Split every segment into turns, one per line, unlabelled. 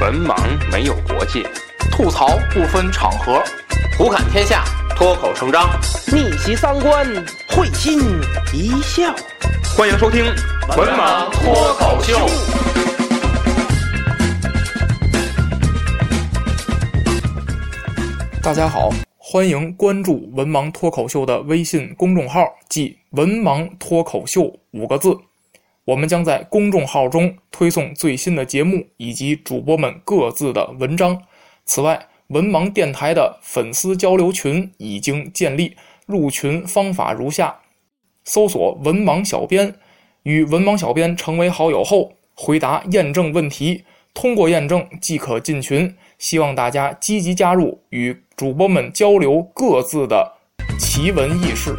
文盲没有国界，
吐槽不分场合，
胡侃天下，脱口成章，
逆袭三观，会心一笑。
欢迎收听
《文盲脱口秀》。
大家好，欢迎关注“文盲脱口秀”的微信公众号，即“文盲脱口秀”五个字。我们将在公众号中推送最新的节目以及主播们各自的文章。此外，文盲电台的粉丝交流群已经建立，入群方法如下：搜索“文盲小编”，与文盲小编成为好友后，回答验证问题，通过验证即可进群。希望大家积极加入，与主播们交流各自的奇闻异事。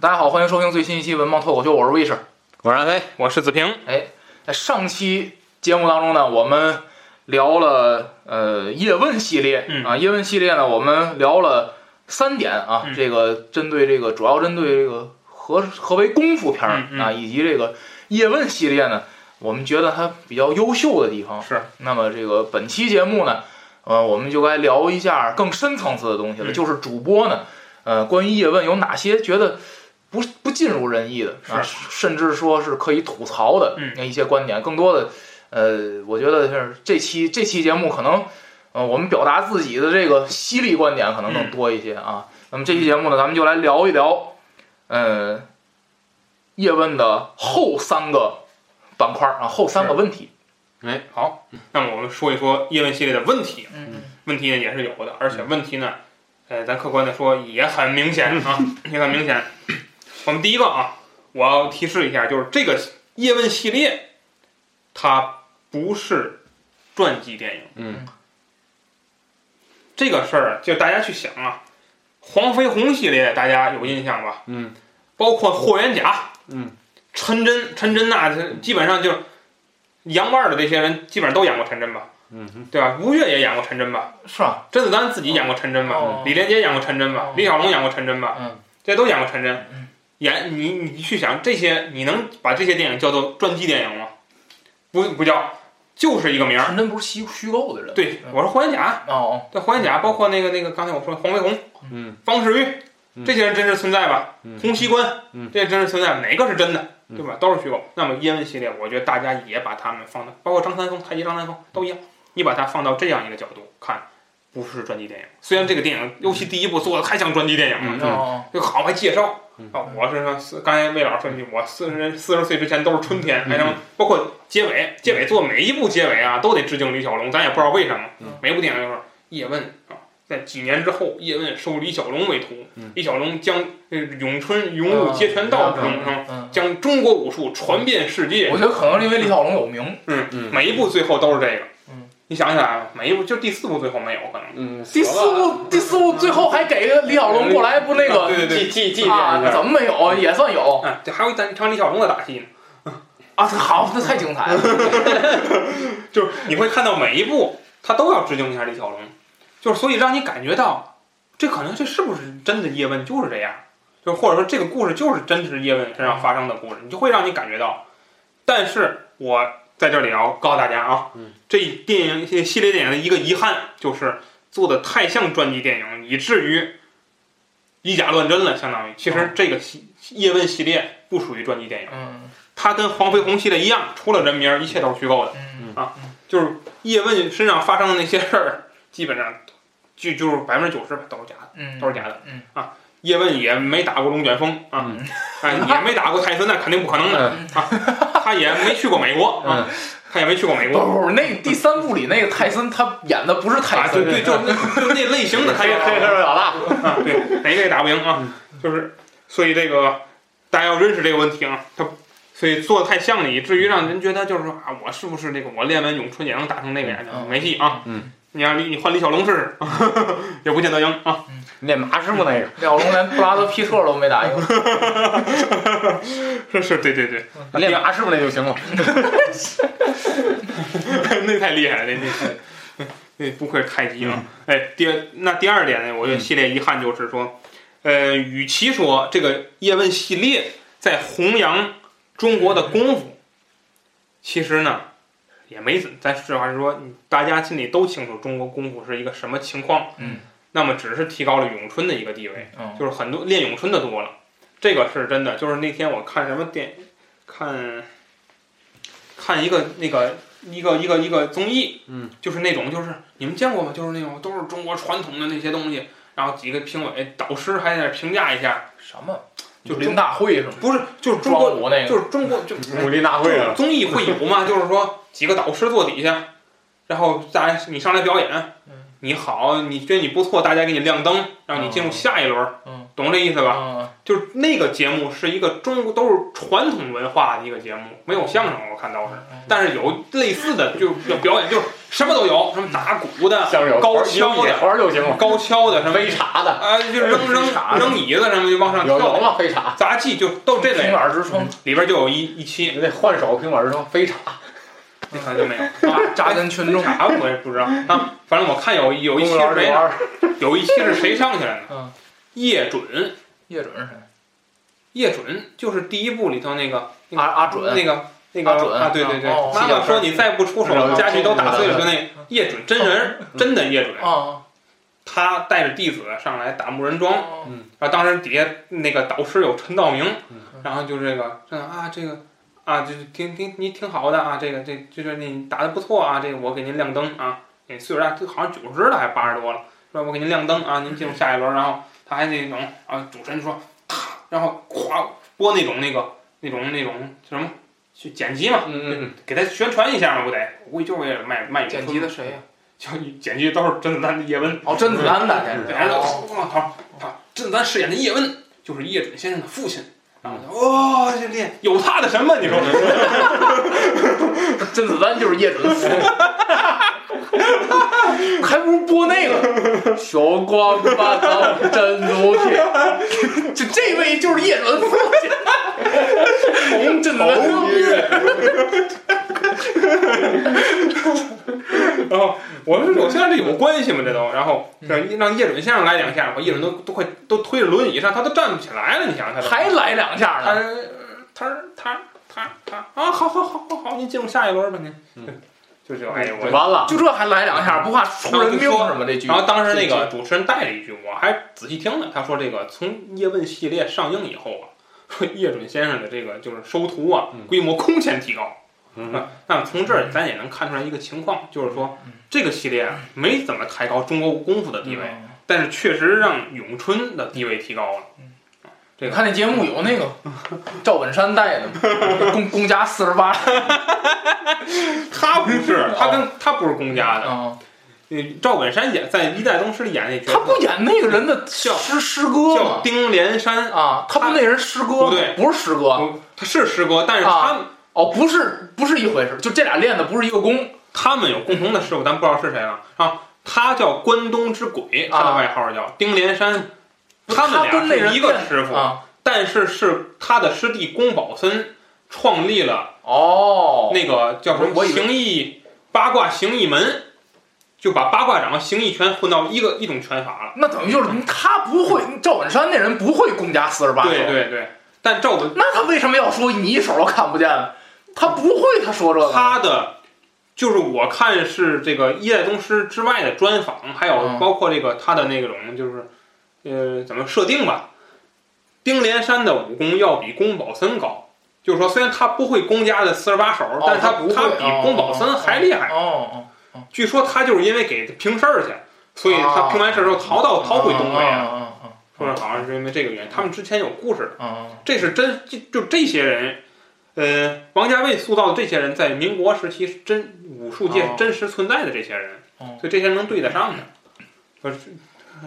大家好，欢迎收听最新一期《文盲脱口秀》，我是卫士。
我让飞，
我是子平。
哎，在上期节目当中呢，我们聊了呃叶问系列、
嗯
啊，叶问系列呢，我们聊了三点啊，
嗯
这个针对这个主要针对这个何何为功夫片儿
嗯嗯
啊，以及这个叶问系列呢，我们觉得它比较优秀的地方。
是，
那么这个本期节目呢，呃，我们就该聊一下更深层次的东西了，
嗯
就是主播呢，呃，关于叶问有哪些觉得不不尽如人意的啊，甚至说是可以吐槽的
嗯
一些观点，更多的，呃，我觉得是这期这期节目可能，呃，我们表达自己的这个犀利观点可能更多一些啊。那么这期节目呢，咱们就来聊一聊，呃，叶问的后三个板块啊，后三个
是
问题。
好，那么我们说一说叶问系列的问题，
嗯，
问题呢也是有的，而
嗯
且问题呢，呃，咱客观的说也很明显啊，
嗯
也很明显。我们第一个啊，我要提示一下，就是这个叶问系列，它不是传记电影。
嗯，
这个事儿就大家去想啊，黄飞鸿系列大家有印象吧？
嗯，
包括霍元甲，
嗯，
陈真、陈真呐、这基本上就是洋腕儿的这些人，基本上都演过陈真吧？
嗯哼，
对吧？吴越也演过陈真吧？
是吧？
甄子丹自己演过陈真吧？
哦
李连杰演过陈真吧？
哦
李小龙演过陈真吧？
嗯
这些都演过陈真
嗯。
演你你去想这些，你能把这些电影叫做传记电影吗？不不叫，就是一个名儿。
陈真不是虚虚构的人。
对，
嗯
我说霍元甲，
哦，
对霍元甲，包括那个那个刚才我说黄飞鸿、
嗯
方世玉，
嗯
这些人真实存在吧？
嗯
洪熙官
嗯，
这些真实存在，哪个是真的？
嗯
对吧？都是虚构。那么叶问系列，我觉得大家也把他们放到，包括张三丰、太极张三丰都一样，你把它放到这样一个角度看，不是传记电影。虽然这个电影，尤其第一部做的太像传记电影了，
嗯
哦哦，
就好还介绍
嗯。
啊，我是说四，刚才魏老师说一句，我四十四十岁之前都是春天，
嗯
还能包括结尾，结尾做每一部结尾啊，都得致敬李小龙，咱也不知道为什么
嗯，
每一部电影就是叶问啊，在几年之后，叶问收李小龙为徒，
嗯
李小龙将呃咏春、勇武、截拳道等等、
嗯，
将中国武术传遍世界
我。觉得可能是因为李小龙有名，
嗯每一部最后都是这个。
嗯
你想起来了，每一部就第四部最后没有可能。
嗯，
第四部第四部最后还给李小龙过来不那个
对对对
祭祭祭奠一
啊，
下
怎，么没有也算有
啊，这还有一场一场李小龙的打戏呢，
啊，好，这太精彩了，
就是你会看到每一部他都要致敬一下李小龙，就是所以让你感觉到这可能这是不是真的叶问就是这样，就或者说这个故事就是真实叶问身上发生的故事，你就会让你感觉到。但是我在这里要告诉大家啊，
嗯
这电影这系列电影的一个遗憾就是做的太像传记电影，以至于以假乱真了，相当于其实这个系叶问系列不属于传记电影。
嗯
它跟黄飞鸿系列一样，除了人名儿，一切都是虚构的。
嗯
就是叶问身上发生的那些事儿，基本上就就是百分之九十都是假的，
嗯，
都是假的。
嗯
啊，叶问也没打过龙卷风啊，
嗯
啊也没打过泰森，那肯定不可能的
嗯
嗯
啊。他也没去过美国啊，他也没去过美
不
国。
不不，那第三部里那个泰森他演的不是
啊
泰，森，
对对，就那就那类型的他
黑
也
黑社会老大，
啊，对，哪个也打不赢啊，
嗯
就是所以这个大家要认识这个问题啊，他所以做的太像了，以至于让人觉得就是说啊，我是不是那个我练完咏春也能打成那个样子？
嗯
没戏啊，
嗯，
你让李你换李小龙试 试，也不见得赢啊。
那马师傅那个，
李小龙连布拉德皮特都没打赢，
是是，对对对，
练马师傅那就行了。
那太厉害了，那那太那不愧是太极了。哎，第二那第二点呢，我觉得系列遗憾就是说，呃，与其说这个叶问系列在弘扬中国的功夫，其实呢也没怎，咱实话实说，你大家心里都清楚中国功夫是一个什么情况。
嗯，
那么只是提高了咏春的一个地位。
嗯
就是很多练咏春的多了，这个是真的。就是那天我看什么电，看，看一个那个一个一个一个综艺，
嗯，
就是那种就是你们见过吗？就是那种都是中国传统的那些东西，然后几个评委导师还在那评价一下，
什么
就
林大辉是吗？
不是就是中
庄
国
武那个，
就是中国就
武力大会啊，
综艺会有 嘛，就是说几个导师坐底下，然后大家你上来表演
嗯，
你好，你觉得你不错，大家给你亮灯，让你进入下一轮，
嗯，
懂这意思吧？
嗯
就是那个节目是一个中国都是传统文化的一个节目，没有相声，我看到是，
嗯
但是有类似的，就是表演，就是什么都有，什么打鼓的、
像是有
高跷
野
的、
花就行了，
高跷的什么
飞茶的
啊，就扔扔扔椅子什么就往上
有有
跳，
了飞茶，
杂技就都这
平
类，
板支撑，
里边就有一一期，
那换手平板儿说飞茶，
你可能就没有 啊，
扎根群众，
啥我也不知 道啊，反正我看有有一期
公园儿
是
这玩
谁
意
呢，
儿
有一期是谁上去了
嗯
呢？叶准，
叶准是谁？
叶准就是第一部里头那个那个
阿阿准，
那个那个
阿准
啊，对对对，
哦
妈妈说你再不出手，
哦
家具都打碎了。
哦
就那叶准真人，
嗯
真的叶准，
啊，
他带着弟子上来打木人桩，
哦
然后啊当时底下那个导师有陈道明
嗯，
然后就这个这啊这个啊就是挺挺你挺好的啊，这个这就是你打的不错啊，这个我给您亮灯啊，你岁数大，这好像九十了还八十多了，说我给您亮灯啊，您进入下一轮，然后他还那种啊主持人说，咔然后咵播那种那个那种那种什么去剪辑嘛。
嗯
给他宣传一下嘛，不得？我估计就是为了卖卖
剪辑的，谁呀？
就剪辑都是甄子丹的叶问，
哦，甄子丹的，这
然
是
后
哦
我操，他甄子丹饰演的叶问就是叶准先生的父亲，然后就哇，这练有他的什么？你说
甄子丹就是叶准的父 亲还不如播那个
小光吧，咱真足铁，
这这位就是叶准的父亲，红甄子丹，
然后我说我现在这有关系吗？这都，然后让让叶准先生来两下，我叶准都都快都推着轮椅上，他都站不起来了，你想他都
还来两下
他
呢，
呃他他他他啊，好好好好好，您进入下一轮吧，您
嗯，
就就哎呀我。
完了，
就这还来两下，不怕出人命是吗？这剧
然，后当时那个主持人带了一句，我还仔细听了，他说这个从叶问系列上映以后啊， 说叶准先生的这个就是收徒啊
嗯，
规模空前提高。啊
嗯
那么从这儿咱也能看出来一个情况，就是说
嗯
这个系列啊没怎么抬高中国功夫的地位，
嗯
但是确实让咏春的地位提高了。
你看那节目有那个赵本山带的吗公公家四十八，
他不是，他跟他不是公家的，
哦嗯，
呃赵本山演在《一代宗师》里演那角
他
色
不演那个人的诗
叫
诗歌
叫
吗？
丁连山，
啊，他不那人诗歌
不
吗
对？
不是诗歌
不他是师哥，但是他们
哦，不是不是一回事，就这俩练的不是一个功
他们有共同的师傅，咱不知道是谁了啊。他叫关东之鬼，他的
啊
外号叫丁连山。他们
他跟那
俩
人
是一个
练
师傅，
啊。
但是是他的师弟宫保森创立了
哦，
那个叫什
我
么
以为
形意八卦形意门，就把八卦掌和形意拳混到一个一种拳法了。
那等于就是他不会，赵本山那人不会公家四十八手，
对对对，但赵本
那他为什么要说你一手都看不见呢？他不会，他说这个
他的就是我看是这个一代宗师之外的专访，还有
嗯
包括这个他的那种就是呃怎么设定吧，丁连山的武功要比宫保森高。就是说，虽然他不会宫家的四十八手，但是
他
他
不会
比
哦
宫保森还厉害。
哦哦，
据说他就是因为给平事儿去，所以他平完事儿
哦
之后逃到逃回东北
啊
啊，
啊啊
说是好像是因为这个原因。他们之前有故事的，
啊啊！
这是真就就这些人，呃，王家卫塑造的这些人在民国时期是真武术界
哦
真实存在的这些人，
哦
所以这些人能对得上的。可是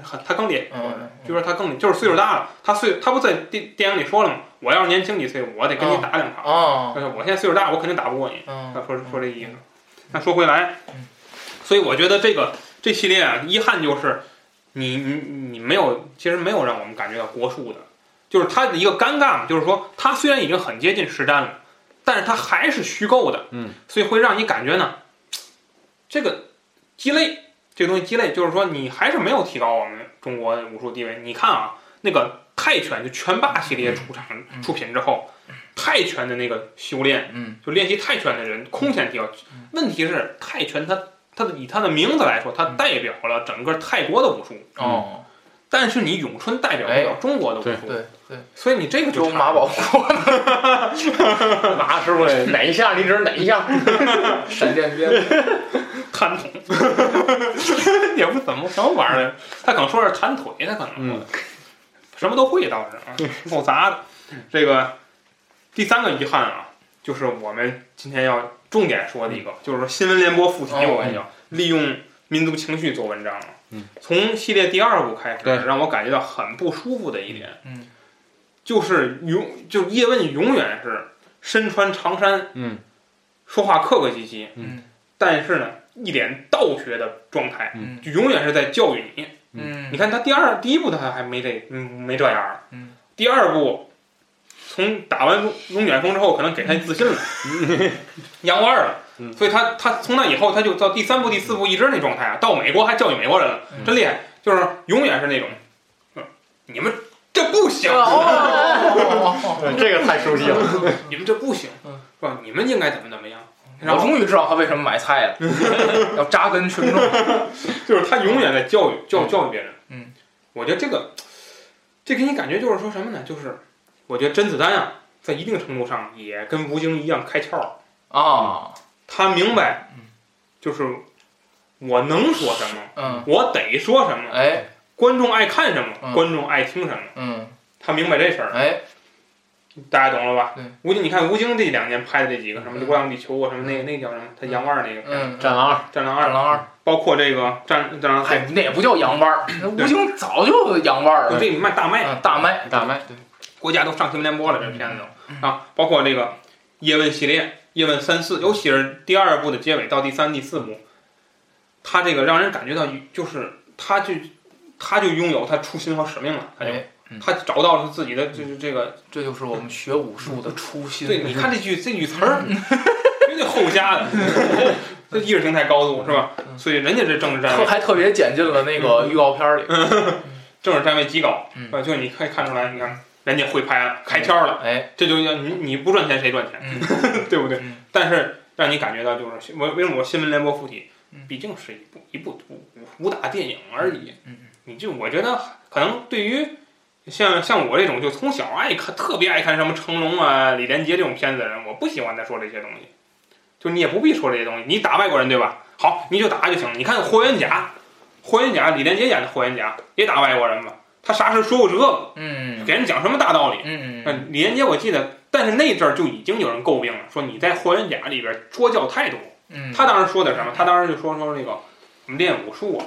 很他更厉害，
嗯
据说他更就是岁数大了，他岁他不在电电影里说了吗？我要是年轻几岁，我得跟你打两场。
啊
但是我现在岁数大，我肯定打不过你。
啊
啊，说说这意思。那说回来，
嗯
所以我觉得这个这系列啊，遗憾就是你你你没有，其实没有让我们感觉到国术的，就是它的一个尴尬嘛，就是说它虽然已经很接近实战了，但是它还是虚构的，
嗯，
所以会让你感觉呢，这个鸡肋，这个东西鸡肋，就是说你还是没有提高我们中国武术地位。你看啊，那个泰拳就拳霸系列出场
嗯
出品之后，泰拳的那个修炼。
嗯
就练习泰拳的人空前提高。问题是泰拳它它的以它的名字来说，它代表了整个泰国的武术，
哦，
但是你咏春代表不了中国的武
对
术，
对对，
所以你这个嗯就
周
差
马保 国
拿师傅来哪一下离职哪一下，闪 电鞭
弹筒， 也不怎么什么玩意儿，他可能说是弹腿，他可能
嗯
说的什么都会倒是啊，够杂的。这个第三个遗憾啊，就是我们今天要重点说的一个，就是说新闻联播附体，
嗯哦
我跟你讲，啊利用民族情绪做文章啊
嗯。
从系列第二部开
对
始，让我感觉到很不舒服的一点，
嗯，
就是永就是叶问永远是身穿长衫，
嗯，
说话客客气气，
嗯，
但是呢，一脸道学的状态，
嗯
就永远是在教育你。
嗯
你看他第二第一部他还没这嗯没这样儿，
嗯，
第二部从打完龙龙卷风之后，可能给他自信了， 扬腕儿了，
嗯
所以他他从那以后他就到第三部第四部一直那状态啊，到美国还教育美国人了，
嗯
真厉害，就是永远是那种，嗯你们这不行，
哦，
这个太熟悉了。
你们这不行
嗯，
是吧？你们应该怎么怎么样？然
我
后
终于知道他为什么买菜了，要扎根群众。
就是他永远在教育教
嗯
教育别人。
嗯，
我觉得这个这给你感觉就是说什么呢？就是我觉得甄子丹啊，在一定程度上也跟吴京一样开窍了，
啊，
他明白
嗯，
就是我能说什么，
嗯，
我得说什么，
哎，
观众爱看什
嗯
么，观众爱听什么，
嗯，
他明白这事儿，
哎，
大家懂了吧
对？
吴京，你看吴京这两年拍的这几个什
嗯
么《流浪地球》啊，什么那个那个叫什么？他杨二那个，
嗯，
战狼二，
《战狼二
二》，郎二，
包括这个《战战狼四》，
哎，那也不叫洋腕儿，那吴京早就洋腕儿
就
了，
这卖大卖，
嗯，大麦，
大麦，
国家都上新闻联播了，这片子都啊，包括这个叶问系列，叶问三四，尤其是第二部的结尾到第三、第四部，他这个让人感觉到就是他就他就拥有他初心和使命了，他就
哎，嗯
他找到了自己的就是这个，
这就是我们学武术的初心。
对，你看这句这句词儿， 绝对后加的，这意识形态高度是吧？
嗯
所以人家这政治站
特
位，
还特别剪进了那个预告片儿里。
政治站位极高，
嗯
啊，就你可以看出来，你看人家会拍了，开窍了，
哎，
这就叫你你不赚钱谁赚 钱？
嗯，
对不对
嗯？
但是让你感觉到就是新为为什么我新闻联播附体
嗯，
毕竟是一部一部武武打电影而已
嗯。
你就我觉得可能对于像像我这种就从小爱看特别爱看什么成龙啊、李连杰这种片子的人，我不喜欢他说这些东西。就你也不必说这些东西，你打外国人对吧？好，你就打就行了。你看霍元甲，霍元甲李连杰演的霍元甲也打外国人嘛，他啥时候说过这个？
嗯，
给人讲什么大道理？
嗯，嗯
嗯，李连杰我记得，但是那阵儿就已经有人诟病了，说你在霍元甲里边说教太多。
嗯，
他当时说的什么？他当时就说说那个，我们练武术啊，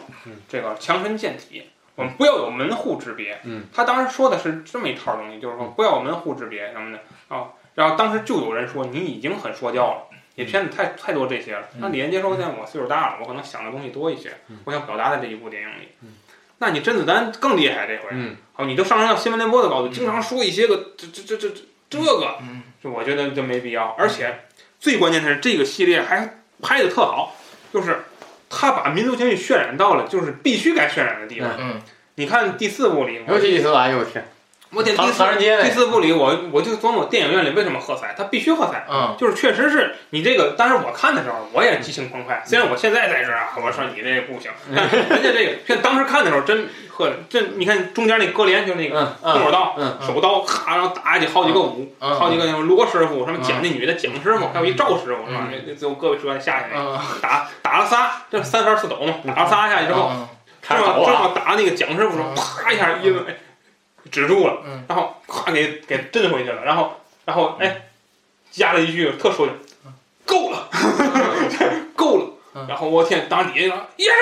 这个强身健体，我们不要有门户之别。
嗯，
他当时说的是这么一套东西，就是说不要有门户之别什么的啊。然后当时就有人说你已经很说教了，你片子太太多这些了。
嗯
那李连杰说现在我岁数大了，我可能想的东西多一些，我想表达在这一部电影里。那你甄子丹更厉害这回，
嗯
好，啊你都上升到新闻联播的高度，经常说一些个这这这这这这个，
嗯
这我觉得就没必要。而且最关键的是，这个系列还拍的特好，就是他把民族情绪渲染到了就是必须该渲染的地方。
嗯，
你看第四部里，
尤其第四部，哎呦我天，
我点第
唐
四
唐人街
第
那，
四部里，我我就琢磨电影院里为什么喝彩，他必须喝彩。
嗯，
就是确实是你这个，当时我看的时候我也激情澎湃，虽然我现在在这儿啊，我说你这 不行，但是人家这个，像当时看的时候真喝，这你看中间那格连就那个
嗯
动手
嗯
刀，
嗯
手刀咔，然后打下去好几个舞，
嗯
好几个那种罗师傅，什么蒋那女的蒋师傅，还有一赵师傅是吧
嗯？
那那最后胳膊折下去，
嗯，
打打了仨，这三番四抖嘛，打了仨下去之后，
嗯
正
看着
好
头
正
啊，
好打那个蒋师傅时候，啪一下一个哎止住了
嗯，
然后咵给给震回去了，然后然后哎加了一句特说的，够了， 够了。
嗯
然后我天，当时底下叶师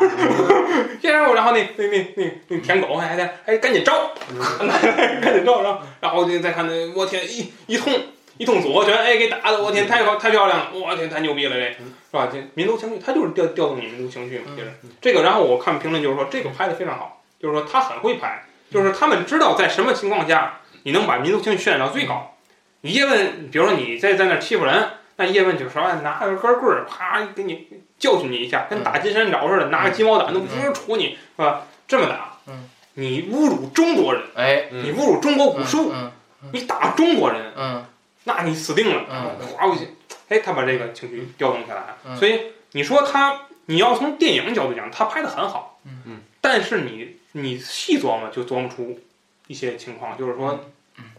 傅， 叶师傅，然后那那那那那舔狗还在，哎，赶紧招， 赶紧招，然后然后就再看那，我天，一一通一通左拳，哎，给打的，我天，太好太漂亮了，我天，太牛逼了，这是吧？这民族情绪，它就是调调动你民族情绪嘛，就是这个。然后我看评论就是说，这个拍的非常好，就是说他很会拍，就是他们知道在什么情况下你能把民族情绪渲染到最高。你叶问，比如说你在在那儿欺负人，那叶问就说哎拿个根棍儿，啪给你教训你一下，跟打金山找似的，拿个鸡毛掸子，呜杵你，是吧？这么打
嗯，
你侮辱中国人，
哎，
嗯
你侮辱中国武术，
嗯
你打中国人，
嗯
那你死定了，
嗯
划过去，哎，他把这个情绪调动起来了，
嗯
所以你说他，你要从电影角度讲，他拍的很好，
嗯
嗯，
但是你你细琢磨就琢磨出一些情况，就是说，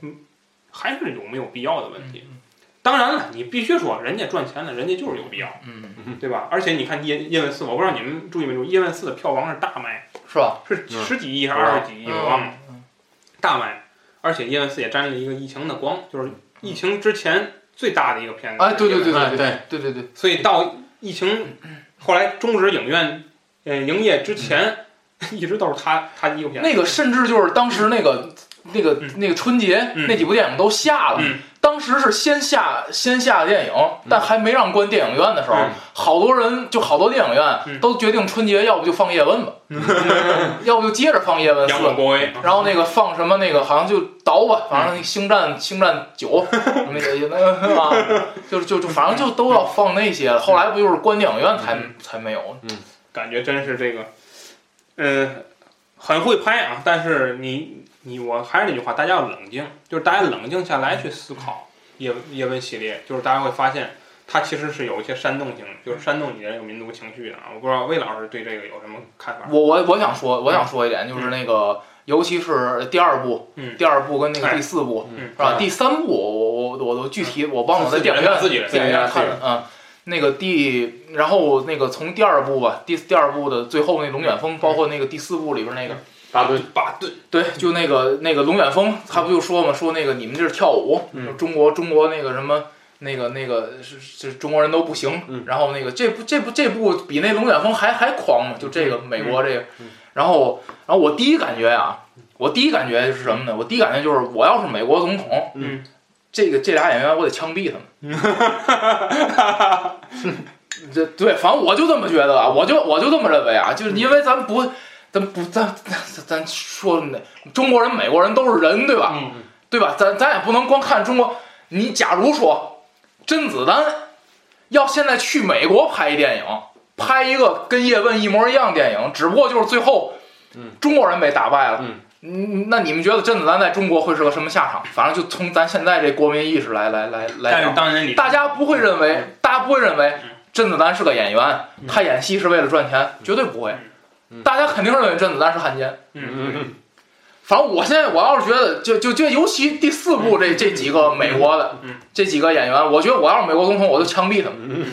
嗯，还是有没有必要的问
嗯
题。当然了，你必须说人家赚钱了，人家就是有必要，
嗯，
对吧？而且你看《叶叶问四》，我不知道你们注意没注意，《叶问四》的票房是大卖，
是吧？
是
嗯
十几亿还是
我忘
二
了
十几亿，我忘了。
嗯
大卖，而且《叶问四》也沾了一个疫情的光，就是疫情之前最大的一个片子。嗯
哎，对对对
哎
对
对，
对对对，
所以到疫情后来终止影院呃营业之前， 一直都是他他一个片
嗯
子。
那个甚至就是当时那个。那个
嗯
那个春节
嗯
那几部电影都下了
嗯，
当时是先下先下电影，但还没让关电影院的时候
嗯，
好多人就好多电影
嗯
院都决定春节要不就放叶问吧， 要不就接着放叶问四
杨，广国 威，
然后那个放什么那个好像就倒吧，反正那个星战星战九那个也那个是吧，就是就就反正就都要放那些了。后来不就是关电影院才
嗯
才没有？
感觉真是这个，嗯，很会拍啊。但是你你我还是那句话，大家要冷静，就是大家冷静下来去思
嗯
考叶叶问系列，就是大家会发现它其实是有一些煽动性，就是煽动你的这个民族情绪的啊。我不知道魏老师对这个有什么看法？
我我我想说我想说一点，就是那个尤其是第二部
嗯，
第二部跟那个
哎
第四部
嗯
是吧？第三部我我我我都具体我忘了我在
自己
电
人
影院
自己人
电影院
自己
看
人
的啊。那个第，然后那个从第二部吧，第第二部的最后那龙卷风，包括那个第四部里边那个
巴顿，
巴顿，
对，就那个那个龙卷风，他不就说嘛，说那个你们这是跳舞，
嗯
就中国中国那个什么那个那个是是中国人都不行，
嗯
然后那个这部这部这部比那龙卷风还还狂嘛，就
嗯
这个美国这个，然后然后我第一感觉啊，我第一感觉是什么呢？我第一感觉就是我要是美国总统，
嗯，
这个这俩演员我得枪毙他们。这对，反正我就这么觉得啊，我就我就这么认为啊，就是因为咱不，咱不咱咱咱说那中国人、美国人都是人，对吧？
嗯
对吧？咱咱也不能光看中国。你假如说甄子丹要现在去美国拍一电影，拍一个跟叶问一模一样的电影，只不过就是最后，
嗯，
中国人被打败了。
嗯
嗯，那你们觉得甄子丹在中国会是个什么下场？反正就从咱现在这国民意识来来来来
但
讲
是，当然你
大家不会认为，大家不会认为
嗯
甄子丹是个演员，
嗯
他演戏是为了赚钱，绝对不会
嗯。
嗯
大家肯定认为甄子丹是汉奸。
嗯嗯
反正我现在我要是觉得，就就就尤其第四部这这几个美国的
嗯
这几个演员，我觉得我要是美国总统，我就枪毙他们，
嗯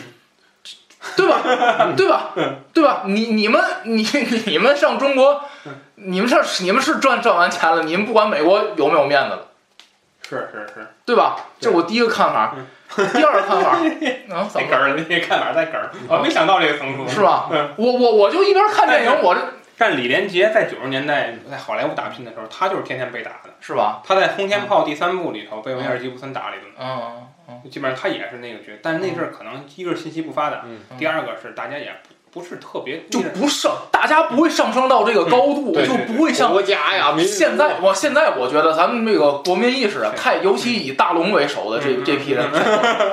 对 吧？对吧？对吧？你你们你你们上
嗯
中国，你们上你们是赚赚完钱了，你们不管美国有没有面子了，
是是是，
对吧？这是我第一个看法。
嗯
第二个看 法，啊，怎
在
么
梗
了
儿，那看法在梗儿，我没想到这个层数。
嗯是吧
嗯？
我我我就一边看电影，我这
但李连杰在九十年代在好莱坞打拼的时候，他就是天天被打的。
是吧？
他在《轰天炮》第三部里头被维尔吉布森打了一顿，
嗯嗯
基本上他也是那个角。但是那阵儿可能一个是信息不发达，
嗯
第二个是大家也不不是特别
就不上，大家不会上升到这个高度，
对
就不会像
国家呀，民族
现在，我现在我觉得咱们这个国民意识啊，
是
太尤其以大龙为首的这
嗯
这批人，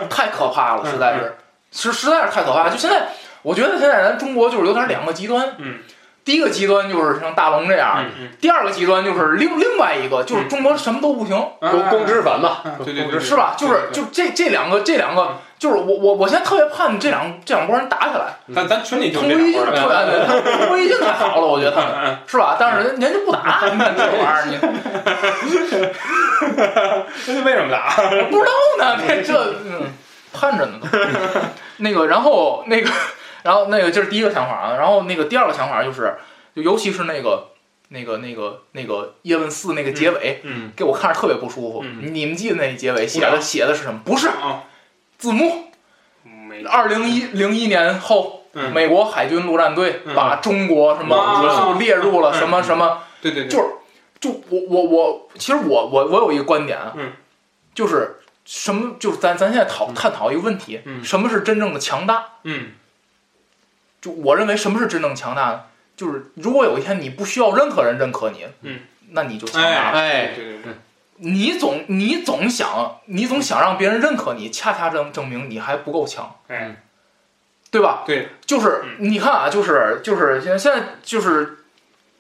太可怕了，实在是，实实在是太可怕了。就现在，我觉得现在咱中国就是有点两个极端，
嗯，
第一个极端就是像大龙这样，
嗯嗯
第二个极端就是另另外一个，就是中国什么都不行，
啊
公公知反嘛，
啊对对对，
是吧？就是就这这两个这两个，就是我我我现在特别盼这两这两拨人打起来，
咱咱群里就
同
这
归于尽
两拨
特
儿
别安同归于尽太好了，我觉得他们。
嗯
是吧？但是人人家不打，你看这玩意 儿，你
嗯，为什 么打？
不知道呢，这这嗯，盼着呢都。 那个，然后那个，然后那个，这是第一个想法啊。然后那个第二个想法就是，就尤其是那个那个那个那个叶问四那个结尾，
嗯，
给我看着特别不舒服。
嗯
你们记得那结尾写
无聊
的写的是什么？不是
啊，
字幕。
没
二零一零一年后，
嗯
美国海军陆战队
嗯
把中国什么
啊
武术列入了什么
嗯
什么。
对对对，
就是就我我我，其实我我我有一个观点啊，
嗯
就是什么就是咱咱现在讨
嗯
探讨一个问题，
嗯
什么是真正的强大？
嗯
就我认为什么是真正强大呢？就是如果有一天你不需要任何人认可你，
嗯，
那你就强大了。
对
哎，
对对，
你总你总想你总想让别人认可你，恰恰证证明你还不够强，
哎，
对吧？
对，嗯
就是你看啊，就是就是现在现在就是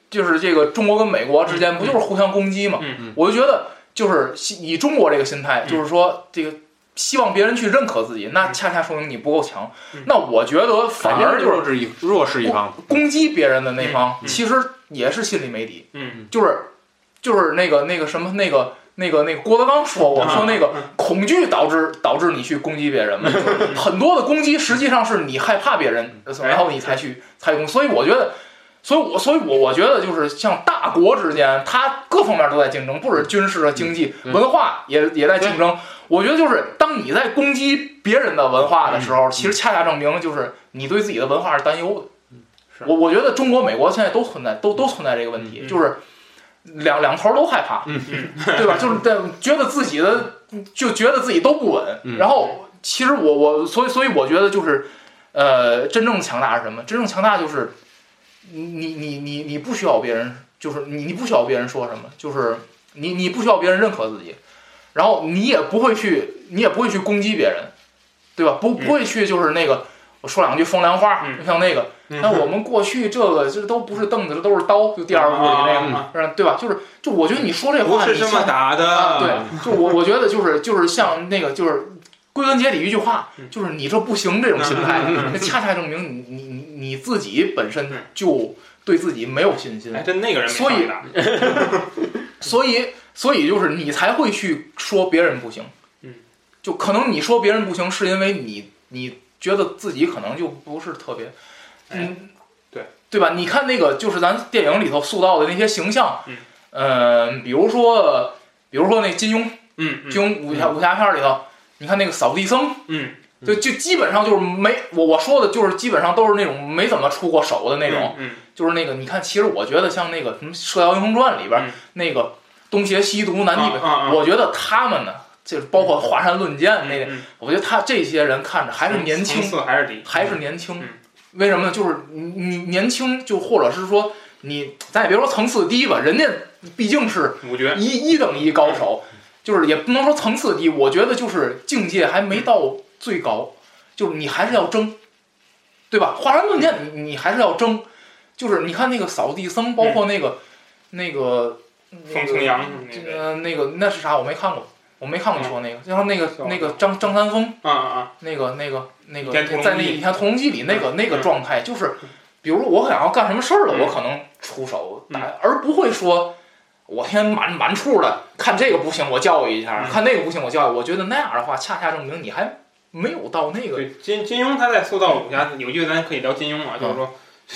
就是这个中国跟美国之间不就是互相攻击嘛？
嗯
嗯
我就觉得就是西以中国这个心态，
嗯
就是说这个希望别人去认可自己，那恰恰说明你不够强
嗯。
那我觉得反而就
弱
是
势一弱势一方，
攻击别人的那方，
嗯嗯
其实也是心里没底，
嗯，
就是就是那个那个什么那个。那个那个郭德纲说过，
啊
说那个
嗯
恐惧导致导致你去攻击别人嘛，就是很多的攻击实际上是你害怕别人，
嗯哎
然后你才去才去攻。所以我觉得，所以我所以我我觉得就是像大国之间，它各方面都在竞争，不止军事啊、经济、
嗯
文化也也在竞争。我觉得就是当你在攻击别人的文化的时
嗯
候，其实恰恰证明就是你对自己的文化是担忧的。
是
我我觉得中国、美国现在都存在，都都存在这个问题，
嗯
就是两两头都害怕。 对吧？就是在觉得自己的就觉得自己都不稳，
嗯
然后其实我我所以所以我觉得就是，呃，真正强大是什么？真正强大就是你你你你你不需要别人，就是你你不需要别人说什么，就是你你不需要别人认可自己，然后你也不会去你也不会去攻击别人，对吧？不
嗯
不会去就是那个我说两句风凉话，
嗯
就像那个
嗯
那我们过去这个这都不是凳子，这都是刀，就第二部里那个。
个，
嗯，对吧？就是，就我觉得你说这
不
话，
是
你
这么
像
打
啊，
的，
对，就我我觉得就是就是像那个就是归根结底一句话
嗯，
就是你这不行这种心态
嗯嗯嗯，
那恰恰证明你你你你自己本身
嗯
就对自己没有信心
哎，，真那个人没
所以
上打
所以所以就是你才会去说别人不行
嗯，
就可能你说别人不行，是因为你你觉得自己可能就不是特别，嗯，
哎对
对吧？你看那个就是咱电影里头塑造的那些形象，
嗯
呃比如说比如说那金庸。
嗯嗯
就武侠武侠片儿里头，你看那个扫地僧，
嗯，
就就基本上就是没我我说的就是基本上都是那种没怎么出过手的那种，
嗯
就是那个你看，其实我觉得像那个什么《射雕英雄传》里边儿、
嗯
那个东邪西毒南帝北，
啊啊啊
我觉得他们呢，就是包括华山论剑
嗯
那个，
嗯
我觉得他这些人看着还是年轻
层，次还是低，
还是年轻
嗯。
为什么呢？就是你你年轻，就或者是说你，咱也别说层次低吧，人家毕竟是
五绝，
一一等一高手，就是也不能说层次低，我觉得就是境界还没到最高，就是你还是要争，对吧？华山论剑，你你还是要争，就是你看那个扫地僧，包括那个、那个那
风清
个
扬那个
呃那个那是啥？我没看过，我没看过你说那个，然后那个
笑
那个张张三丰。
啊啊，
那个那个那个
倚天屠龙记
在那《倚天屠龙记》里那个那个状态，就是比如我想要干什么事儿了，
嗯
我可能出手打
嗯，
而不会说我天满满处的看这个不行，我教育一下，
嗯
看那个不行，我教育。我觉得那样的话，恰恰证明你还没有到那个
对金金庸他在塑造武侠，有一句咱可以聊金庸啊，就是说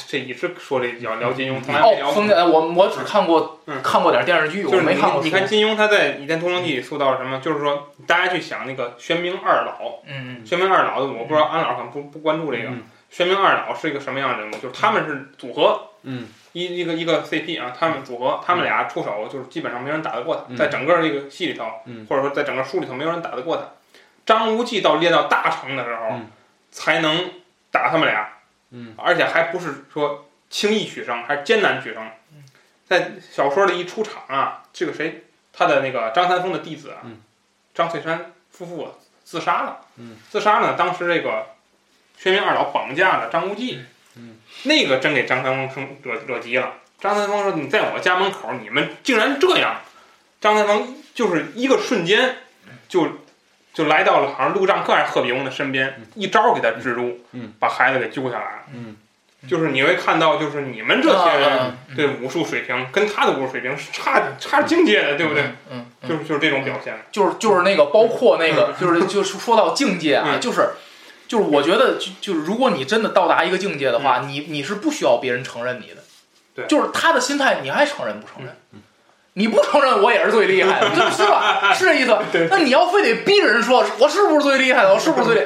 这也是说这聊聊金庸，从来
嗯
没
哦，
聊过。
封建，我我只看过
嗯
看过点电视剧，我
就是
没
你
看过
你
书。
看金庸他在《倚天屠龙记》里塑造了什么？就是说，大家去想那个玄冥二老，
嗯
玄冥二老，我不知道安老可能不不关注这个
嗯。
玄冥二老是一个什么样的人物？
嗯
就是他们是组合
嗯
一一个一个 CP 啊，他们组
嗯
合，他们俩出手就是基本上没人打得过他，
嗯
在整个这个戏里头，
嗯
或者说在整个书里头，没有人打得过他。张无忌到列到大成的时候，
嗯
才能打他们俩。
嗯
而且还不是说轻易取胜，还是艰难取胜。在小说里一出场啊，这个谁，他的那个张三丰的弟子啊，
嗯
张翠山夫妇啊自杀了。
嗯
自杀呢，当时这个薛明二老绑架了张无忌。
嗯
那个真给张三丰生惹惹急了。张三丰说：“你在我家门口，你们竟然这样！”张三丰就是一个瞬间就就来到了好像陆丈克还是贺炳翁的身边，一招给他制住，
嗯
把孩子给揪下来了。
嗯
就是你会看到，就是你们这些人
啊
对武术水平跟他的武术水平是差差境界的，对不对？？
嗯，嗯
就是就是这种表现。
就是就是那个，包括那个，就是就是说到境界啊，
嗯
就是就是我觉得就就是如果你真的到达一个境界的话，你你是不需要别人承认你的，
嗯对嗯
就是他的心态，你还承认不承认？你不承认我也是最厉害的，对是吧？是这意思。那你要非得逼着人说我是不是最厉害的，我是不是最厉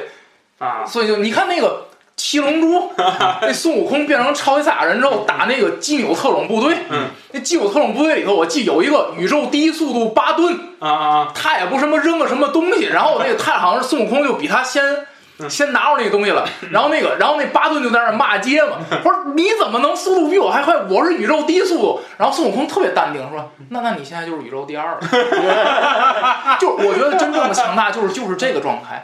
啊，
所以就你看那个七龙 珠，那孙悟空变成超级赛亚人之后打那个基纽特种部队，
嗯，
那基纽特种部队里头，我记得有一个宇宙第一速度巴顿，
啊啊
他也不什么扔个什么东西，然后那个他好像是孙悟空就比他先。
嗯
先拿着那个东 西了，然后那个，然后那巴顿就在那儿骂街嘛，
嗯
我说你怎么能速度比我还快？我是宇宙第一速度。然后孙悟空特别淡定说：“
嗯
那那你现在就是宇宙第二了。” 就是我觉得真正的强大就是就是这个状态，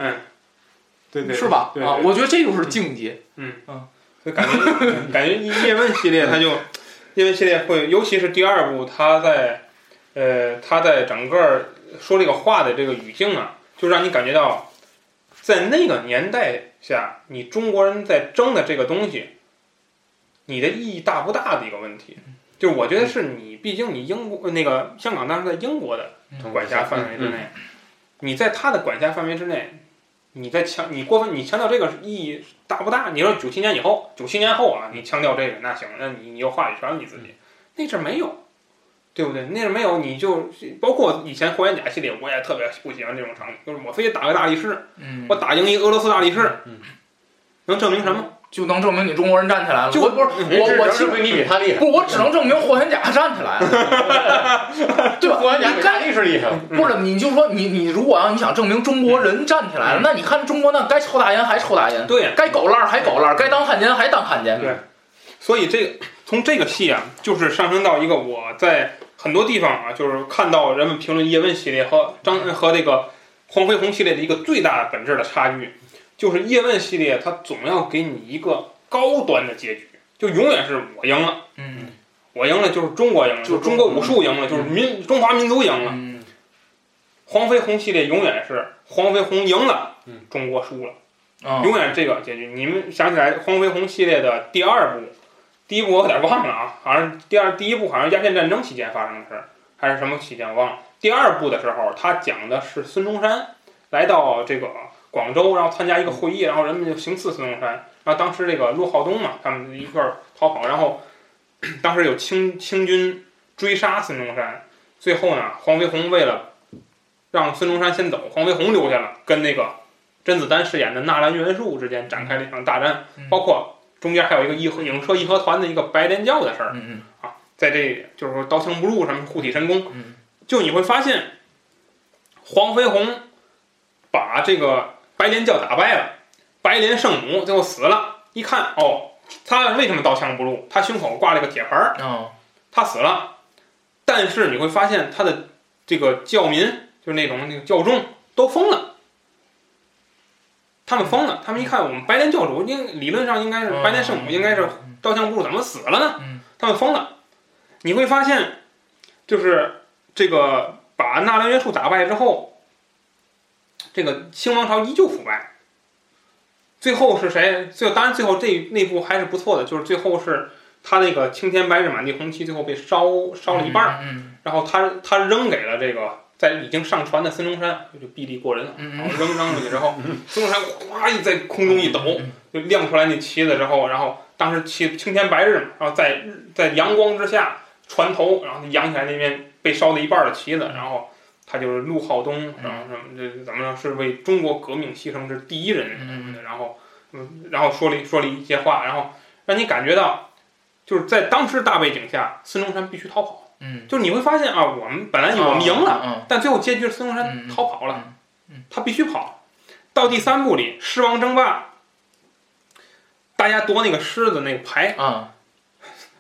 对对，
是吧？
对
啊，
对
我觉得这就是境界。
就感觉感觉叶问系列，它就叶问系列会，尤其是第二部，它在呃，它在整个说这个话的这个语境啊，就让你感觉到，在那个年代下，你中国人在争的这个东西，你的意义大不大的一个问题。就是我觉得是你，毕竟你英国那个香港当时在英国的
嗯
管辖范围之内，你在他的管辖范围之内，你在强你过分你强调这个意义大不大？你说九七年以后，九七年后啊，你强调这个那行，那你你有话语权了你
嗯
自己，那阵儿没有，对不对？那阵儿没有，你就包括以前霍元甲系列，我也特别不喜欢这种场景，就是我非得打个大力士，
嗯
我打赢一俄罗斯大力士，
嗯
能证明什么？
就能证明你中国人站起来了。
就
我不是
人
我我
只
其
能
实
证明你比他厉害，
不，我只能证明霍元甲站起 来了，对吧？
霍元甲比他
你该
力士厉害。
不是你就说你你如果要你想证明中国人站起来了，那你看中国那该抽大烟还抽大
嗯
烟，
对呀，
该狗烂儿还狗烂儿，该当汉奸还当汉奸。
对所以这个从这个戏啊，就是上升到一个我在很多地方啊，就是看到人们评论叶问系列和张呃和这个黄飞鸿系列的一个最大的本质的差距，就是叶问系列它总要给你一个高端的结局，就永远是我赢了，
嗯
我赢了就是中国赢了，
就
就中国武术赢了，就是民中华民族赢了。
嗯，
黄飞鸿系列永远是黄飞鸿赢了
嗯，
中国输了。
啊
永远是这个结局。你们想起来黄飞鸿系列的第二部，第一部我有点忘了啊，好像第二第一部好像鸦片战争期间发生的事儿，还是什么期间我忘了。第二部的时候，他讲的是孙中山来到这个广州，然后参加一个会议，然后人们就行刺孙中山。然后当时这个陆浩东嘛，他们一块儿逃跑，然后 当时有清清军追杀孙中山，最后呢，黄飞鸿为了让孙中山先走，黄飞鸿留下了，跟那个甄子丹饰演的纳兰元术之间展开了一场大战，
嗯
包括中间还有一个义和影射义和团的一个白莲教的事儿，
嗯
在这就是说刀枪不入什么护体神功，
嗯
就你会发现，黄飞鸿把这个白莲教打败了，白莲圣母最后死了，一看哦，他为什么刀枪不入？他胸口挂了个铁牌儿，
嗯啊
他死了，但是你会发现他的这个教民，就是那种那个教众都疯了。他们疯了，他们一看我们白莲教主应理论上应该是白莲圣母，应该是照相部怎么死了呢？
嗯
他们疯了。你会发现，就是这个把纳兰约束打败之后，这个清王朝依旧腐败。最后是谁？最后当然最后这那部还是不错的，就是最后是他那个青天白日满地红旗，最后被烧烧了一半儿，
嗯
然后他他扔给了这个在已经上船的孙中山，就臂力过人啊，
嗯
然
嗯
后扔扔出去之后，孙中山哗一在空中一抖，就亮出来那旗子之后，然后当时晴晴天白日嘛，然后在日在阳光之下船头，然后扬起来那面被烧了一半的旗子，然后他就是陆浩东，然后什么这怎么着是为中国革命牺牲之第一人，
嗯
然后嗯，然后说了一说了一些话，然后让你感觉到就是在当时大背景下，孙中山必须逃跑。
嗯，
就是你会发现啊，我们本来以为我们赢了，
了，
但最后结局是孙
嗯
中山
嗯
逃跑了，
嗯嗯
他必须跑。到第三部里，狮王争霸，大家夺那个狮子那个牌，
嗯啊，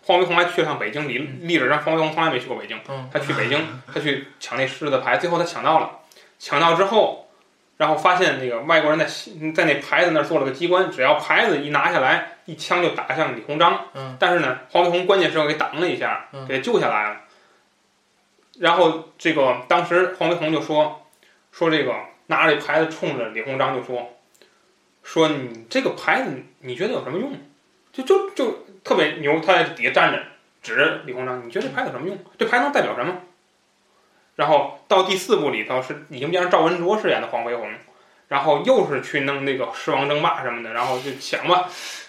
黄飞鸿还去了趟北京，历
嗯
历史上黄飞鸿从来没去过北京，
嗯
他去北京，他去抢那狮子的牌，最后他抢到了，抢到之后，然后发现那个外国人在西在那牌子那儿做了个机关，只要牌子一拿下来，一枪就打向李鸿章。
嗯
但是呢，黄飞鸿关键时刻给挡了一下，
嗯
给救下来了。然后这个当时黄飞鸿就说说这个拿着这牌子冲着李鸿章就说说你这个牌子你觉得有什么用？就就就特别牛，他在底下站着。指着李鸿章，你觉得这牌有什么用？这牌能代表什么？然后到第四部里头是已经变成赵文卓饰演的黄飞鸿，然后又是去弄那个狮王争霸什么的，然后就抢吧。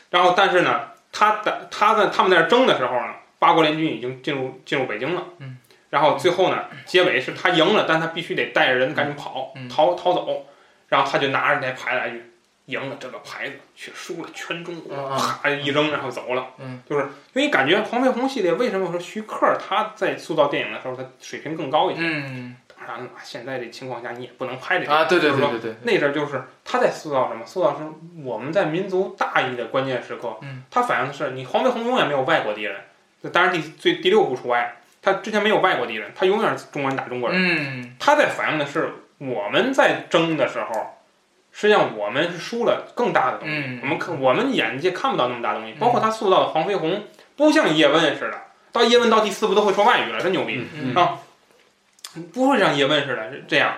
然后但是呢，他在他在他们在那儿争的时候呢，八国联军已经进入进入北京了。
嗯。
然后最后呢，结尾是他赢了，但他必须得带着人赶紧跑，
嗯
逃逃走。然后他就拿着那牌来赢了这个牌子，却输了全中国。
嗯嗯
啪一扔，然后走了。
嗯，
就是因为感觉黄飞鸿系列为什么说徐克他在塑造电影的时候，他水平更高一些？
嗯
当然了，现在这情况下你也不能拍这个
啊，对对
就是
对
说
对对，
那阵儿就是他在塑造什么？塑造是我们在民族大义的关键时刻。
嗯，
他反映的是你黄飞鸿永远没有外国敌人，就当然第最第六部除外，他之前没有外国敌人，他永远是中国人打中国人。
嗯
他在反映的是我们在争的时候，实际上我们是输了更大的东西。
嗯，
我们看我们眼界看不到那么大东西
嗯，
包括他塑造的黄飞鸿，不像叶问似的，到叶问到第四部都会说外语了，真牛逼，
嗯
啊不会像叶问似的这样。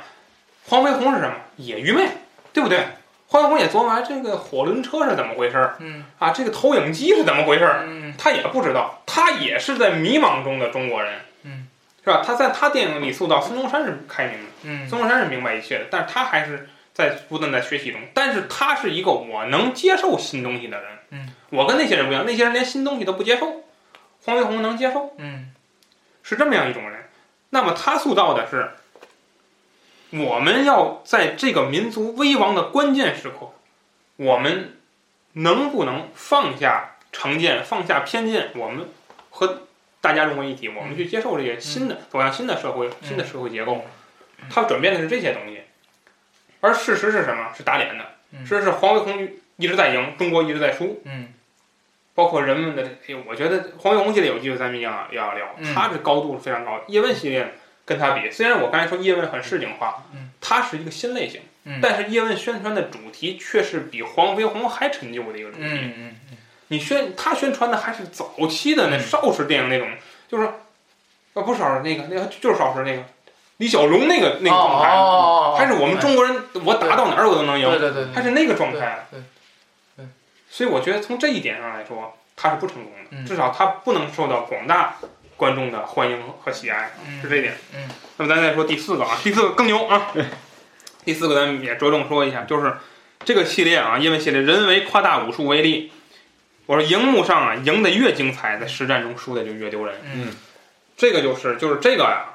黄飞鸿是什么？也愚昧，对不对？黄飞鸿也琢磨哎这个火轮车是怎么回事儿
嗯
啊，这个投影机是怎么回事儿，
嗯
他也不知道，他也是在迷茫中的中国人，
嗯，
是吧？他在他电影里塑造孙中山是开明的。
嗯
孙中山是明白一切的，但是他还是在不断地在学习中。但是他是一个我能接受新东西的人。
嗯，
我跟那些人不一样，那些人连新东西都不接受，黄飞鸿能接受，
嗯
是这么样一种人。那么他塑造的是，我们要在这个民族危亡的关键时刻，我们能不能放下成见，放下偏见，我们和大家融为一体，我们去接受这些新的走向新的社会、新的社会结构，它转变的是这些东西。而事实是什么？是打脸的。
嗯
事实是黄飞鸿一直在赢，中国一直在输。
嗯
包括人们的，哎呦，我觉得黄飞鸿系列有机会咱们一样要聊
嗯，
他的高度是非常高的。叶问系列跟他比，虽然我刚才说叶问很市井化
嗯，
它是一个新类型，
嗯
但是叶问宣传的主题却是比黄飞鸿还陈旧的一个主题。
嗯
你宣他宣传的还是早期的那
嗯
邵氏电影那种，就是说，呃，不是邵氏那个，那个就是邵氏那个李小龙那个那个状态，
哦，
还是我们中国人，我打到哪儿我都能赢
对，对对，
他是那个状态。
对，
所以我觉得从这一点上来说，他是不成功的，
嗯
至少他不能受到广大观众的欢迎和喜爱，是这一点。
嗯，
那么咱再说第四个啊，第四个更牛啊，第四个咱们也着重说一下，就是这个系列啊，因为系列人为夸大武术威力。我说，荧幕上啊，赢得越精彩，在实战中输的就越丢人。
嗯
这个就是就是这个呀、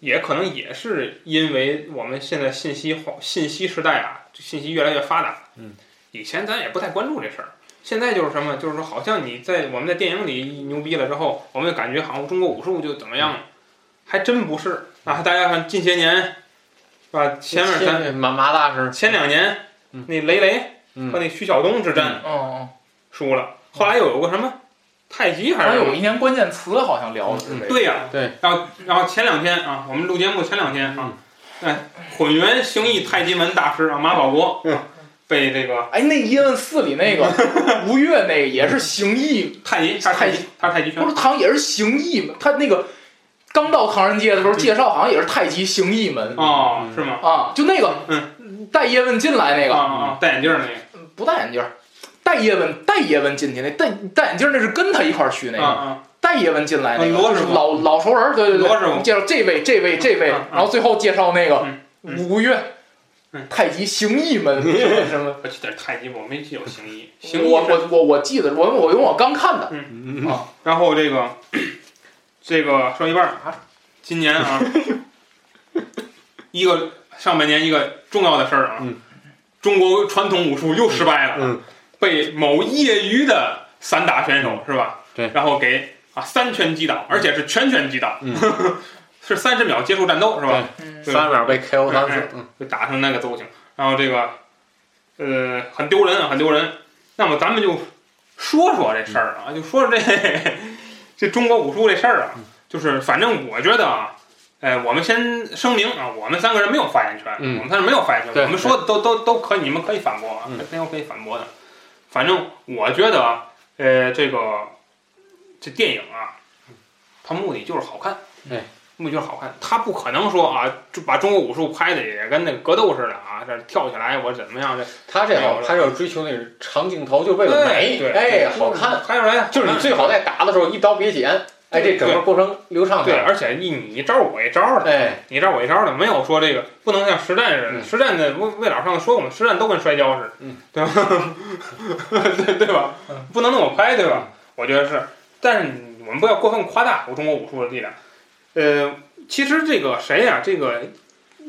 也可能也是因为我们现在信息化、信息时代啊，这信息越来越发达。
嗯，
以前咱也不太关注这事儿，现在就是什么，就是说好像你在我们在电影里一牛逼了之后，我们就感觉好像中国武术就怎么
嗯
样了，还真不是啊！大家看近些年，是吧？前面咱
马马大师，
前两年
嗯
那雷雷和
嗯，
那徐晓东之战
哦哦，
输了，后来又有个什么太极还
好像
是什么
有一年关键词好像聊的是这个，
对呀、
对。
然后，然后前两天啊，我们录节目前两天
嗯
啊，哎，混元形意太极门大师啊，马保国、
嗯
啊被这个
哎，那《一问四》里那个吴越那个也是行义，
太极，他是太极，他是太极拳
不，是好像也是行义门，他那个刚到唐人街的时候介绍好像也是太极行义门
哦，是吗？
啊，就那个带叶问进来那
啊
个嗯
啊啊！戴眼镜儿那
不戴眼镜儿，带叶问带叶问进去那戴戴眼镜儿那是跟他一块儿去那
个，
个，
啊
带叶问进来那
啊
个
罗师傅
老老熟人儿，对对对，
罗师傅
介绍这位这位这位，
嗯嗯
然后最后介绍那个
嗯嗯
吴越。
嗯
太极形意 门什么什么。
我去点太极，我没记有形意，形
我
意是
我我我记得，我我因为我刚看的，
嗯
然后这个 这个说一半儿啊，今年 啊，一个上半年一个重要的事儿啊，
嗯
中国传统武术又失败了啊，
嗯
被某业余的散打选手是
嗯
吧？
对
然后给啊三拳击倒，而且是全拳击倒，
嗯
是三十秒结束战斗是吧？
嗯
对
三秒被 KO 三
哎
次，嗯
就打成那个揍型，然后这个呃很丢人啊，很丢人。那么咱们就说说这事儿啊，就说说这 这中国武术这事儿啊，就是反正我觉得啊，哎，我们先声明啊，我们三个人没有发言权，
嗯
我们三个人没有发言权，
对
我们说的都都都可以，你们可以反驳啊，
嗯
没有可以反驳的。反正我觉得啊，呃，这个这电影啊，它目的就是好看，
对，
目的就是好看，它不可能说啊，就把中国武术拍的也跟那个格斗似的啊，这跳起来我怎么样这。
他这好，他要追求那种长镜头，就为了美
对，
哎，好看。
拍出来嗯
就是你最好在打的时候一刀别剪，哎，这整个过程流畅
对，
点，
而且一你一招我一招的，
哎，
你一招我一招的，没有说这个不能像实战似的。
嗯
实战的魏魏老上次说过嘛，实战都跟摔跤似的，
嗯
对吧？ 对对吧？不能那么拍，对吧？我觉得是，但是我们不要过分夸大中国武术的力量。呃，其实这个谁呀、这个。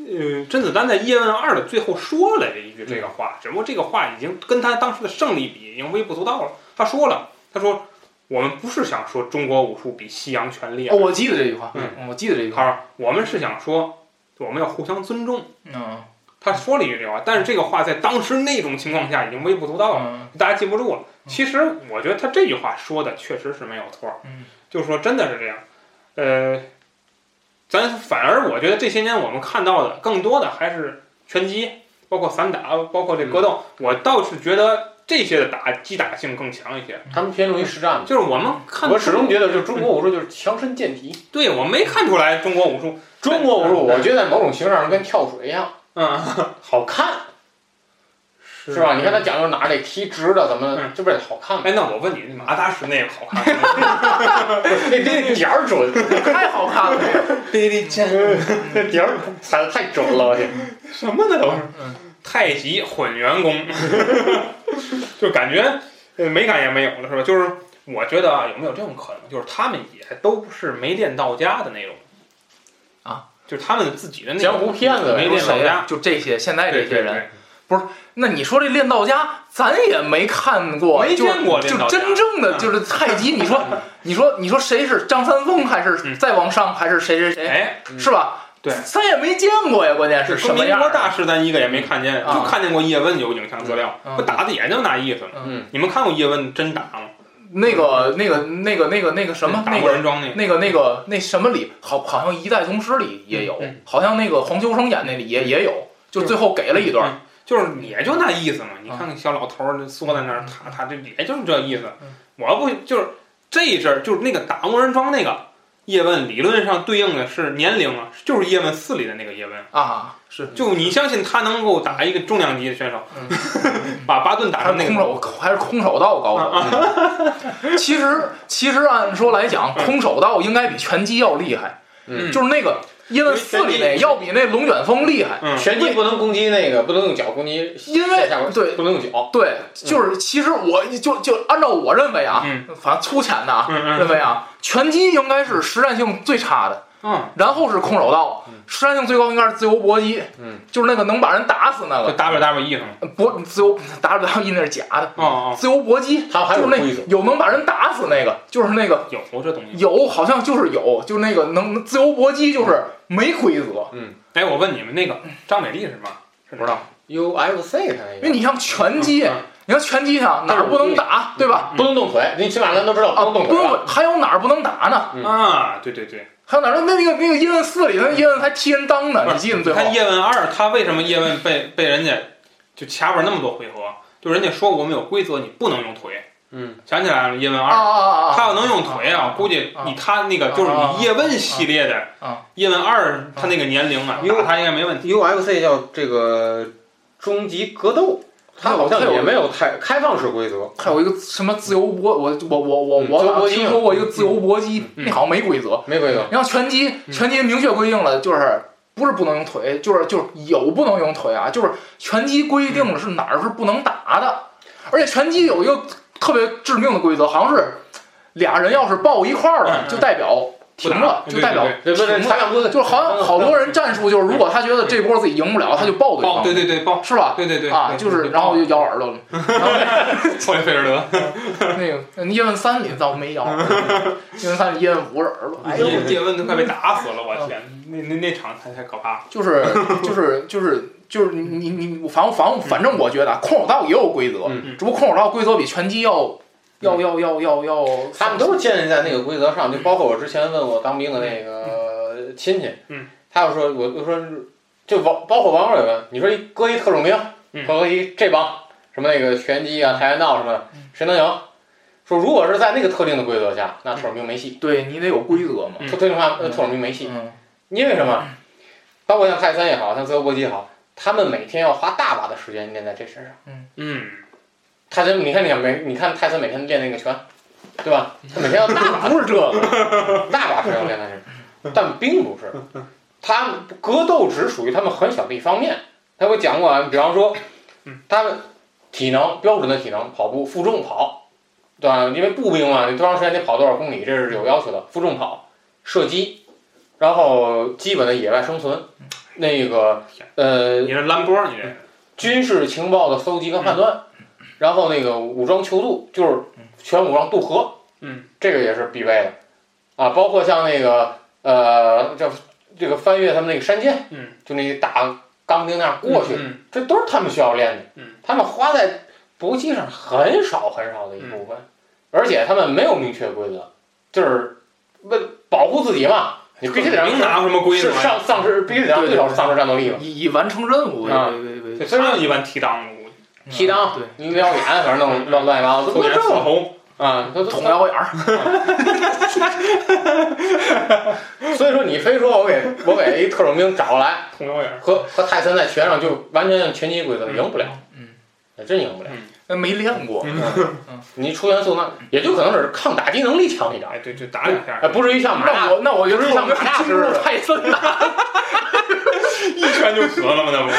呃，甄子丹在《叶问二》的最后说了一句这个
嗯
话，只不过这个话已经跟他当时的胜利比已经微不足道了。他说了，他说我们不是想说中国武术比西洋拳厉害
哦，，我记得这句话，
嗯
嗯，我记得这句话，
他说我们是想说，我们要互相尊重。
嗯
他说了一句这话，但是这个话在当时那种情况下已经微不足道了，
嗯
大家记不住了。其实我觉得他这句话说的确实是没有错儿，
嗯
就是说真的是这样。呃，咱反而我觉得这些年我们看到的更多的还是拳击，包括散打，包括这格斗，
嗯
我倒是觉得这些的打击打性更强一些。
他们偏重于实战。
就是我们看，
嗯我始终觉得，就是中国武术就是强身健体。
对我没看出来中国武术，
中国武术，我觉得某种形式上跟跳水一样，
嗯，
好看，
是
是吧？你看他讲究哪里踢直的，怎么
嗯
这不是好看吗？
哎，那我问你，马达什那个好看吗？
那哎那点儿准，
太好看了，
Billy Jean
那点儿踩的太准了，我天！
什么呢都是
嗯
太极混元功， 就感觉呃美感也没有了，是吧？就是我觉得啊，有没有这种可能，就是他们也都是没练到家的那种
啊，
就是他们自己的那种
江湖骗子
没练到
谁呀
家，？
就这些现在这
对
些
对
人，
对，
那你说这练道家，咱也没看过，
没
就是
见过练道
就
家嗯
真正的就是太极，你说，你说，你说谁是张三丰，还是
嗯
再往上，还是谁谁谁，
哎，
嗯
是吧？
对
咱也没见过呀，关键哎是
就
什么
民
样
国？大师咱一个也没看见，
啊
就看见过叶问有影像资料，
嗯
不打的也就那意思。
嗯，
你们看过叶问真打吗？
那个、那个、那个、那个、那个什么，
打
那
过
个
人、桩那个？
那个、那个、那什么里，好，好像《一代宗师》里也有，
嗯
好像那个黄秋生演那里也也有，就最后给了一段。
就是也就那意思嘛。
啊
你看看小老头儿缩在那儿，他他这也就是这意思
嗯。
我要不就是这一阵儿，就是那个打工人装那个叶问，理论上对应的是年龄啊，就是叶问四里的那个叶问。
啊，是
就你相信他能够打一个重量级的选手， 把巴顿打
还
成那
嗯是空
个
手，还是空手道高手。 其实，其实按说来讲，空手道应该比拳击要厉害，
嗯
就是那个因为四里那要比那龙卷风厉害，
嗯，
拳击不能攻击那个，不能用脚攻击
因为
下边，
对
不能用脚。
对，就是其实我就就按照我认为啊，
嗯
反正粗浅的啊，
嗯嗯
认为啊，拳击应该是实战性最差的，
嗯，
然后是空手道，实战性最高应该是自由搏击，
嗯，
就是那个能把人打死那
就
个
WWE 上了。
搏自由 WWE 那是假的，
哦哦，
自由搏击
他还
就
有
是
规则
那，有能把人打死那个，就是那个。
有这东西。
有，好像就是有，就那个能自由搏击，就是没规则。
嗯哎，我问你们，那个张美丽是吗？是
不知道 UFC 它那个
因为你像拳击，
嗯
你像拳击上哪儿不能打，对吧？
不能动腿，你起码咱都知道
啊，
不能动腿吧。
还有哪儿不能打呢？
嗯
啊，对对对，
还有哪儿？那那个那个叶问四里，那叶问还踢人裆呢，你记得
你
最后
看？叶问二，他为什么叶问被被人家就掐本那么多回合？就人家说我们有规则，你不能用腿。
嗯，
想起来了，叶问
啊
二，
啊啊啊！
他要能用腿啊，我估计你他那个就是你叶问系列的
啊
叶问二，他那个年龄啊，
啊
打他应该没问题。
UFC 叫这个终极格斗，它好像也没有太开放式规则。
还有一个什么自由搏，我我我我
嗯自由
我
搏击
听说过一个自由搏击，
嗯
那好像没规则。
哦没规则，
然后拳击，
嗯
拳击明确规定了，就是不是不能用腿，就是就是有不能用腿啊，就是拳击规定
嗯
了是哪儿是不能打的，而且拳击有一个特别致命的规则，好像是俩人要是抱一块儿了
嗯，嗯嗯
就代表
不
停
打
了，就代表
对不对？
停
他
了
俩不
就是好
嗯
像好多人战术就是，如果他觉得这波自己赢不了，他就抱对
抱，
方，
对对对抱，
是吧？
对对对
啊，
对
就是
对
然 后就咬耳朵了。
错菲尔德，
那个叶问三里倒没咬耳朵，叶问三里叶问五是耳朵，哎呦，嗯
叶叶问都快被打死了，我天，那那那场太太可怕了，
就是就是就是就是你你你反反反正我觉得啊空手道也有规则，
嗯
只不过空手道规则比拳击要要要要要要，
他们都是建立在那个规则上，就包括我之前问我当兵的那个亲戚，
嗯，
他就说，我就说，就王包括王委员，你说一搁一特种兵
嗯
和一这帮什么那个拳击啊、跆拳道什么的，
嗯
谁能赢？说如果是在那个特定的规则下，那特种兵没戏，
对你得有规则嘛。
嗯
特特定化呃特种兵没戏，
嗯，
因为什么？包括像泰森也好，像自由搏击也好，他们每天要花大把的时间练在这身上。
嗯，
泰森，你看你看每你看泰森每天练那个拳，对吧？他每天要大把不是这个，大把时间练那是，但并不是。他们格斗只属于他们很小的一方面。他会讲过啊，比方说，他们体能标准的体能，跑步负重跑，对吧？因为步兵嘛，你多长时间得跑多少公里，这是有要求的。负重跑、射击，然后基本的野外生存，那个呃
嗯你这蓝波，你这
军事情报的搜集跟判断，
嗯
然后那个武装求渡，就是全武装渡河，
嗯，
这个也是必备的，啊，包括像那个呃，这这个翻越他们那个山涧，
嗯，
就那大钢钉那样过去，
嗯
这都是他们需要练的，
嗯，
他们花在搏击上很少很少的一部
嗯
分，而且他们没有明确规则，就是为了保护自己嘛，你必须得让
能拿出什么规
是
则呀？
上丧失，必须得让对手丧失战斗力嘛，
以以完成任务为
哎啊
为为为
对虽然
他一般踢裆了，
踢裆
对，
你撩眼，反正弄乱乱七八糟，
头
都
眼
这
锁
么
喉，
啊，都
捅腰眼儿，
所以说你非说我给我给一特种兵找过来，
捅腰眼儿，
和和泰森在拳上就完全像拳击规则，赢不了，哎
嗯，
真赢不了。
那哎没练过，
你出拳速慢，也就可能是抗打击能力强一点，
哎，对，就打两下
哎，，不至于像马
那
大
我那我就
不是像马大
进
似
入
的，
泰森了，
一拳就折了嘛，那不？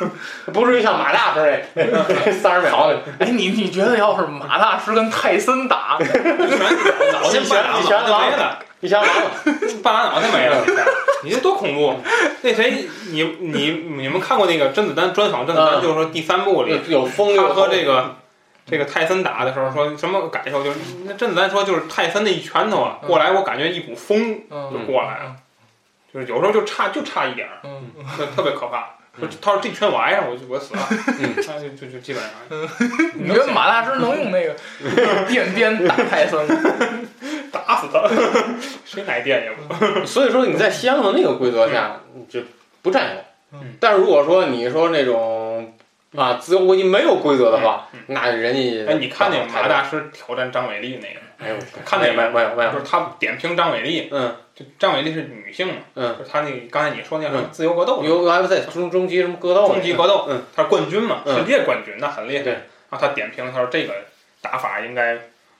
不至于像马大似的三十秒的
哎，你你觉得要是马大师跟泰森打，
脑袋半拉脑袋没了，
一枪完了。
半拉脑袋没了， 你这多恐怖！啊那谁，你你你们看过那个甄子丹专访甄子丹，就是说第三部里，
有风
他
流
和这个这个泰森打的时候说什么感受？就是那甄子丹说，就是泰森那一拳头啊，过来我感觉一股风就
嗯
过来了，就是有时候就差就差一点儿，
嗯，
那特别可怕。说他说这拳我挨上，我就我死了， 那就就就基本上。
你觉得马大师能用那 个电鞭打泰森吗？
打死他， 谁来电也 不。
所以说你在西安的那个规则下，你就不占有。
嗯
但是如果说你说那种啊自由搏击没有规则的话，那人家
哎，你看那马大师挑战张伟丽那个，
哎呦，
看
没
那
有没有没有没有
就是他点评张伟丽，
嗯，
就张伟丽是女性嘛，
嗯
就是他那刚才你说那个
嗯
自由格斗，
有 UFC 中中级什么格斗，
终极格斗，
嗯，
他是冠军嘛，
嗯
世界冠军，那很厉害。
对
然后他点评，他说这个打法应该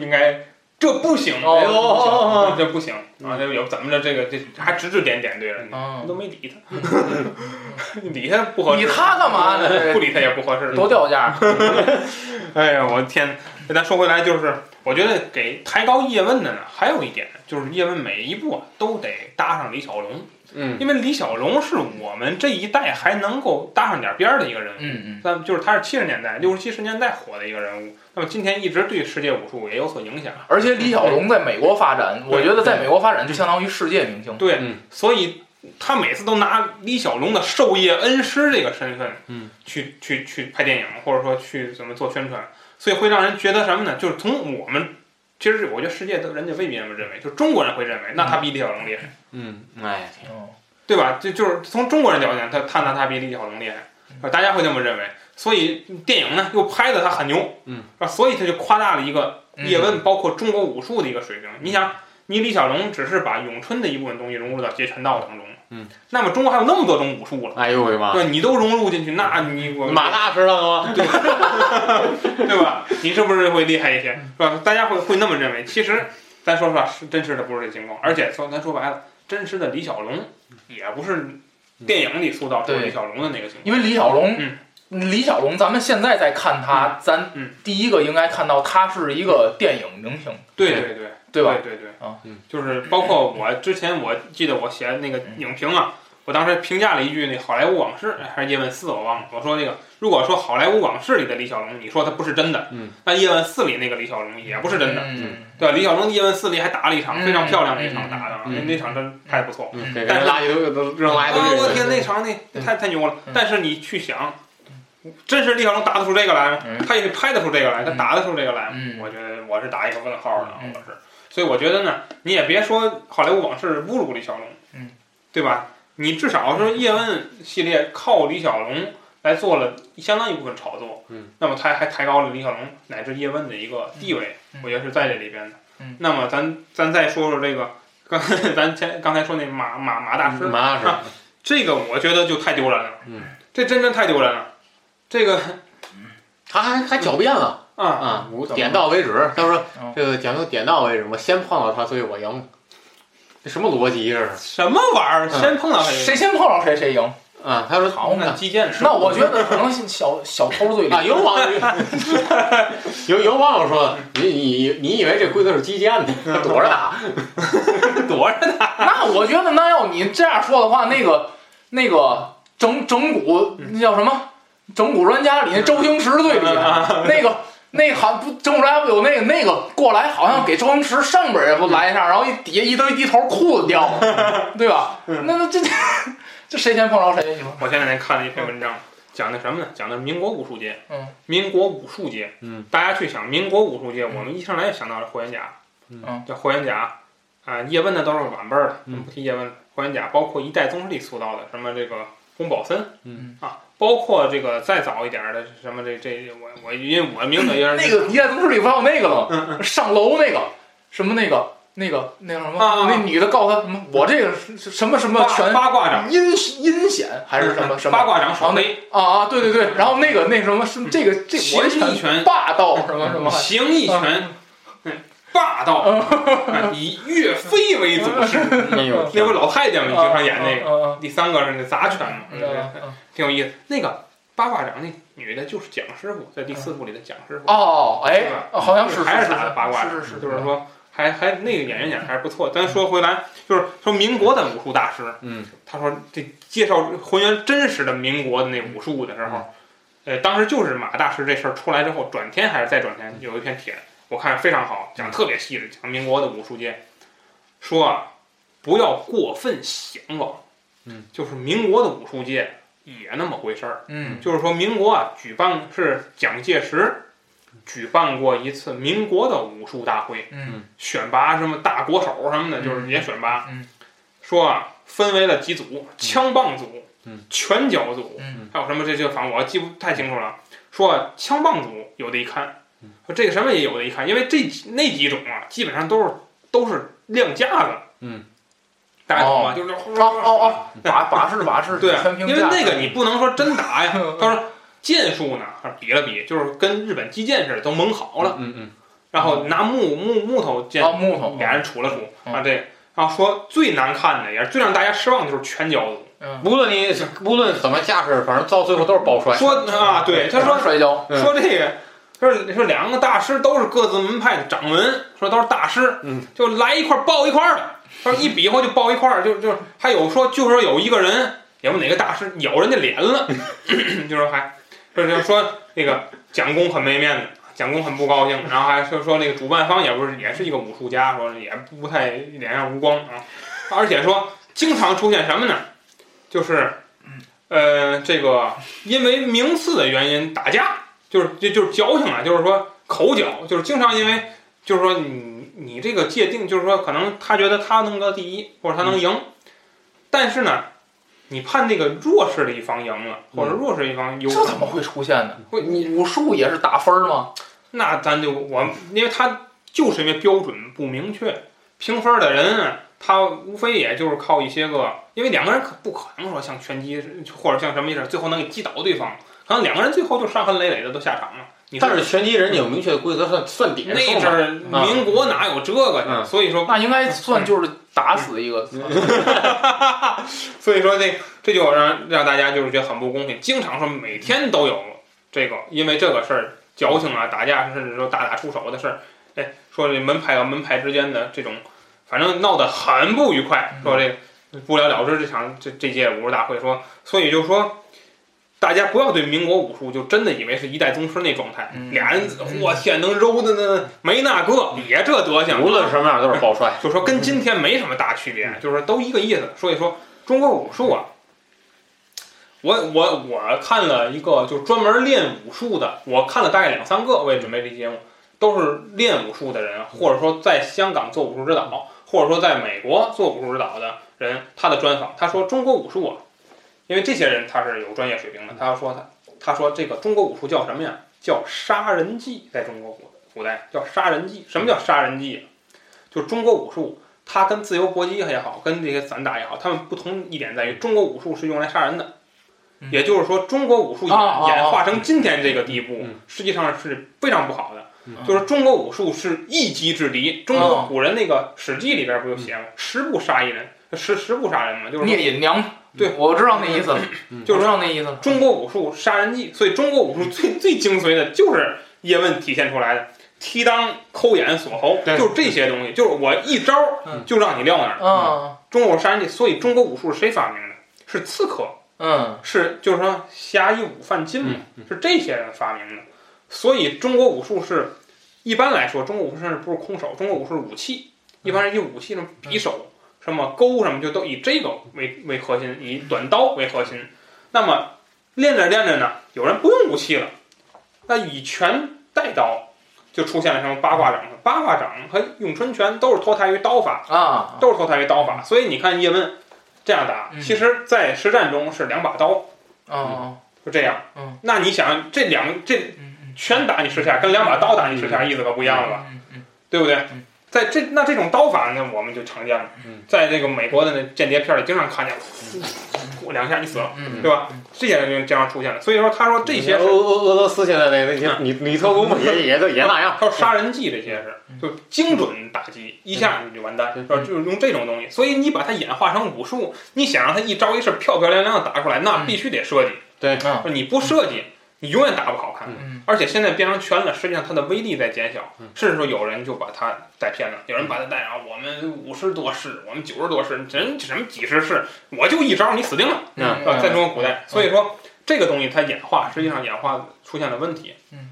应该这不行，
哎
哦
这不
哦
行
哦哦
这不行啊，这有怎么着这个这还指指点点对人
嗯
家，
啊
你都没理他， 你理他 不合适，
理他干嘛呢？
不理他也不合
嗯
适，
都掉价，
哎呀，我的天！那咱说回来，就是我觉得给抬高叶问的呢，还有一点就是叶问每一步啊都得搭上李小龙，
嗯，
因为李小龙是我们这一代还能够搭上点边儿的一个人物。
嗯
那么就是他是七十年代、六十七十年代火的一个人物，那么今天一直对世界武术也有所影响。
嗯，而且李小龙在美国发展，我觉得在美国发展就相当于世界明星，
对，
嗯
所以他每次都拿李小龙的授业恩师这个身份，
嗯，
去去去拍电影，或者说去怎么做宣传，所以会让人觉得什么呢？就是从我们，其实我觉得世界的人家未必那么认为，就中国人会认为，那他比李小龙厉害，
嗯，哎，
嗯，
对吧？就就是从中国人角度讲，他他拿他比李小龙厉害，
嗯
啊大家会那么认为，所以电影呢又拍的他很牛，
嗯，
啊，所以他就夸大了一个
嗯
叶问包括中国武术的一个水平。你想，你李小龙只是把咏春的一部分东西融入到截拳道当中，
嗯，
那么中国还有那么多种武术了，
哎呦我的妈！
对，你都融入进去，那你我
马大知道了吗？
对吧？你是不是会厉害一些，是吧？大家会会那么认为。其实咱说实话，是真实的不是这情况，而且说咱说白了，真实的李小龙，也不是电影里塑造出
对
李小龙的那个形象。
因为李小龙，
嗯
李小龙，咱们现在在看他，咱
嗯
第一个应该看到他是一个电影明星，
对对对，
对吧？
对对
啊
嗯
对，就是包括我之前我记得我写那个
嗯
影评啊，我当时评价了一句那《好莱坞往事》还是《叶问四》，我忘了。我说那个，如果说《好莱坞往事》里的李小龙，你说他不是真的，
嗯，
那《叶问四》里那个李小龙也不是真的，
嗯
对吧？李小龙《叶问四》里还打了一场
嗯
非常漂亮的一场打的啊，
嗯
那那场真拍的不错。
嗯给
但
人
是
垃圾都扔垃
啊
圾都
我
扔
天，
进去。
那场那太太牛了
嗯！
但是你去想，真是李小龙打得出这个来吗
嗯？
他也拍得出这个来，他
嗯
打得出这个来吗？
嗯
我觉得我是打一个问号的，
嗯
我是。所以我觉得呢，你也别说好莱坞往事侮辱李小龙，
嗯，
对吧？你至少说叶问系列靠李小龙来做了相当一部分炒作，
嗯，
那么他还抬高了李小龙乃至叶问的一个地位，
嗯
我觉得是在这里边的。
嗯
那么咱咱再说说这个，刚 才咱前刚才说那马马马大
嗯
师，
麻辣
啊
嗯
这个我觉得就太丢人了，
嗯，
这真真太丢人了，这个
他还还狡辩了
啊，
啊！我点到为止，他说
嗯
哦
这个讲究点到为止，我先碰到他，所以我赢。这什么逻辑这是？
什么玩意儿，
嗯
先碰到谁
谁先碰到谁谁赢。
啊，他说
好，那
啊
击剑是
那我觉得可能小小偷嘴里
啊，有网友有有网友说，你你你以为这规则是击剑的，躲着 打，
躲着呢，
那我觉得，那要你这样说的话，那个那个整整蛊那叫什么？整蛊专家里那周星驰对比啊
嗯
那个。那个好像不，整蛊专家不有那个那个过来，好像给周星驰上边儿也不来一下，然后一底下一堆低头，裤子掉 了，对吧？
嗯
那那这 这谁先碰着谁赢？
我前两天看了一篇文章，讲的什么呢？讲的是民国武术界。
嗯，
民国武术界，
嗯，
大家去想民国武术界，我们一上来就想到了霍元甲，
嗯，
叫霍元甲，啊、叶问呢都是晚辈儿的，
嗯
不提叶问，霍元甲，包括一代宗师里塑造的什么这个宫保森，
嗯
啊，包括这个再早一点儿的什么这这我我因为我名字有点
那个《一代宗师》里不还有那个吗？
嗯
上楼那个什么那个那个那叫什么？
啊啊啊
那女的告诉他什么？我这个是是什么什么全
八八卦掌
阴阴险还是什么什
八
么
卦掌爽雷，
啊啊？对对对，然后那个那什么是这个这
形
我
意
这
拳，
霸道什么什啊么，
形意拳，嗯霸道，啊以岳飞为祖师，
哎呦，
那不老太监们经常演那个。
个，
第三个是那杂拳嘛，
嗯嗯嗯
挺有意思。那个八卦掌那女的就是蒋师傅，在第四部里的蒋师傅，
哦哎
对吧，
好像是
还
是
是打的八卦
是是是，
就是说还还那个演员演得还是不错。咱说回来，就是说民国的武术大师，
嗯，
他说这介绍还原真实的民国的那武术的时候，
嗯
呃，当时就是马大师这事儿出来之后，转天还是再转天有一篇帖，我看非常
嗯
好，讲得特别细致，讲民国的武术界，说啊，不要过分向往，
嗯，
就是民国的武术界也那么回事儿。
嗯
就是说民国啊，举办是蒋介石举办过一次民国的武术大会，
嗯
选拔什么大国手什么的，就是也选拔。
嗯
说啊，分为了几组：枪棒组、
嗯
拳脚组，
嗯
还有什么这这反正我记不太清楚了。说啊，枪棒组有的一看，
嗯
说这个什么也有的一看，因为这几那几种啊，基本上都是都是亮架子。
嗯，
大家懂吗？就是
哦哦哦，把把式把式
对啊，
全评
因为
价，
那个你不能说真打呀
嗯。
他说剑术呢，啊比了比，就是跟日本击剑似的，都蒙好了，
嗯嗯
然后拿木木木头剑
啊木
哦
头，
俩人杵了杵
嗯
啊，这个，然后说最难看的也是最让大家失望的就是拳脚组，
嗯
嗯，无论你无论怎么架势，反正到最后都是抱摔。
说啊，对，他说
摔跤，
嗯
说这个。说说两个大师都是各自门派的掌门，说都是大师，
嗯，
就来一块儿抱一块儿的，他说一比划就抱一块儿，就就还有说就说有一个人也不哪个大师咬人家脸了， 就说还说就说那个蒋公很没面子，蒋公很不高兴，然后还说说那个主办方也不是也是一个武术家，说也不太脸上无光啊，而且说经常出现什么呢？就是呃这个因为名次的原因打架，就是就就是矫情啊，就是说口角，就是经常因为就是说你你这个界定，就是说可能他觉得他能得第一或者他能赢，但是呢。你判那个弱势的一方赢了，或者弱势一方有，
这怎么会出现呢？
会
武术也是打分儿吗？
那咱就我，因为他就是因为标准不明确，评分的人啊他无非也就是靠一些个，因为两个人可不可能说像拳击或者像什么意思，最后能给击倒对方，可能两个人最后就伤痕累累的都下场了。你说
但是拳击人家有明确的规则，算算点
那
数
阵
嘛。
儿民国哪有这个呀？
嗯
所以说
那应该算就是打死一个，
所以说这这就让让大家就是觉得很不公平，经常说每天都有这个，因为这个事儿矫情啊、打架，甚至说大打出手的事儿，哎，说这门派和门派之间的这种，反正闹得很不愉快，说这不了了之这场这这届武术大会说，所以就说。大家不要对民国武术就真的以为是一代宗师那状态，
嗯嗯
俩人我天能揉的那没那个，别这德行，
无论什么样都是暴帅。
就说跟今天没什么大区别，就是都一个意思。所以说中国武术啊，我我我看了一个就专门练武术的，我看了大概两三个，我也准备这节目，都是练武术的人，或者说在香港做武术指导，或者说在美国做武术指导的人，他的专访，他说中国武术啊，因为这些人他是有专业水平的，他说他他说这个中国武术叫什么呀？叫杀人技，在中国古古代叫杀人技。什么叫杀人技啊？就是中国武术，它跟自由搏击也好，跟这些散打也好，它们不同一点在于，中国武术是用来杀人的。
嗯
也就是说，中国武术演
啊啊啊
演化成今天这个地步
嗯，
实际上是非常不好的。
嗯
就是中国武术是一击制敌。中国古人那个《史记》里边不就写吗？十步杀一人，十十步杀人嘛，就是说
聂隐娘。
嗯对，
我知道那意思了，
嗯
就知道那意思了。
中国武术杀人技，所以中国武术最最精髓的就是叶问体现出来的踢裆、抠眼、锁喉，
对
就是这些东西，就是我一招
嗯
就让你撂那儿。
嗯
中国武术杀人技，所以中国武术是谁发明的？是刺客，
嗯
是就是说侠义武犯禁嘛，是这些人发明的。所以中国武术是，一般来说，中国武术甚至不是空手，中国武术是武器，一般是以武器什么匕首、什么钩什么，就都以这个为为核心，以短刀为核心。那么练着练着呢，有人不用武器了，那以拳代刀，就出现了什么八卦掌。八卦掌和咏春拳都是脱胎于刀法，
啊，
都是脱胎于刀法，所以你看叶问这样打，
嗯
其实，在实战中是两把刀，
嗯
就这样。
嗯，
那你想这两这
嗯嗯，
拳打你十下，跟两把刀打你十下意思可不一样了吧？
嗯嗯
对不对
嗯？
在这那这种刀法呢，我们就常见了
嗯，
在这个美国的那间谍片里经常看见， 呼两下你死了，
嗯，
对吧？这些人就经常出现了。所以说，他说这些
俄
是啊
俄俄罗斯现在那那些你你特工也也都也那样。
他说杀人技这些是
嗯
就精准打击，一下你就完蛋，
嗯
是吧？就是用这种东西。所以你把它演化成武术，你想让它一招一式漂漂亮亮的打出来，那
嗯
必须得设计。
对
嗯
说你不设计，你永远打不好看。
嗯
而且现在变成拳了，实际上它的威力在减小
嗯，
甚至说有人就把它带偏了，有人把它带上，我们五十多式，我们九十多式，人什么几十式，我就一招你死定了。
嗯，
是吧？在中国古代，所以说这个东西它演化，实际上演化出现了问题。
嗯，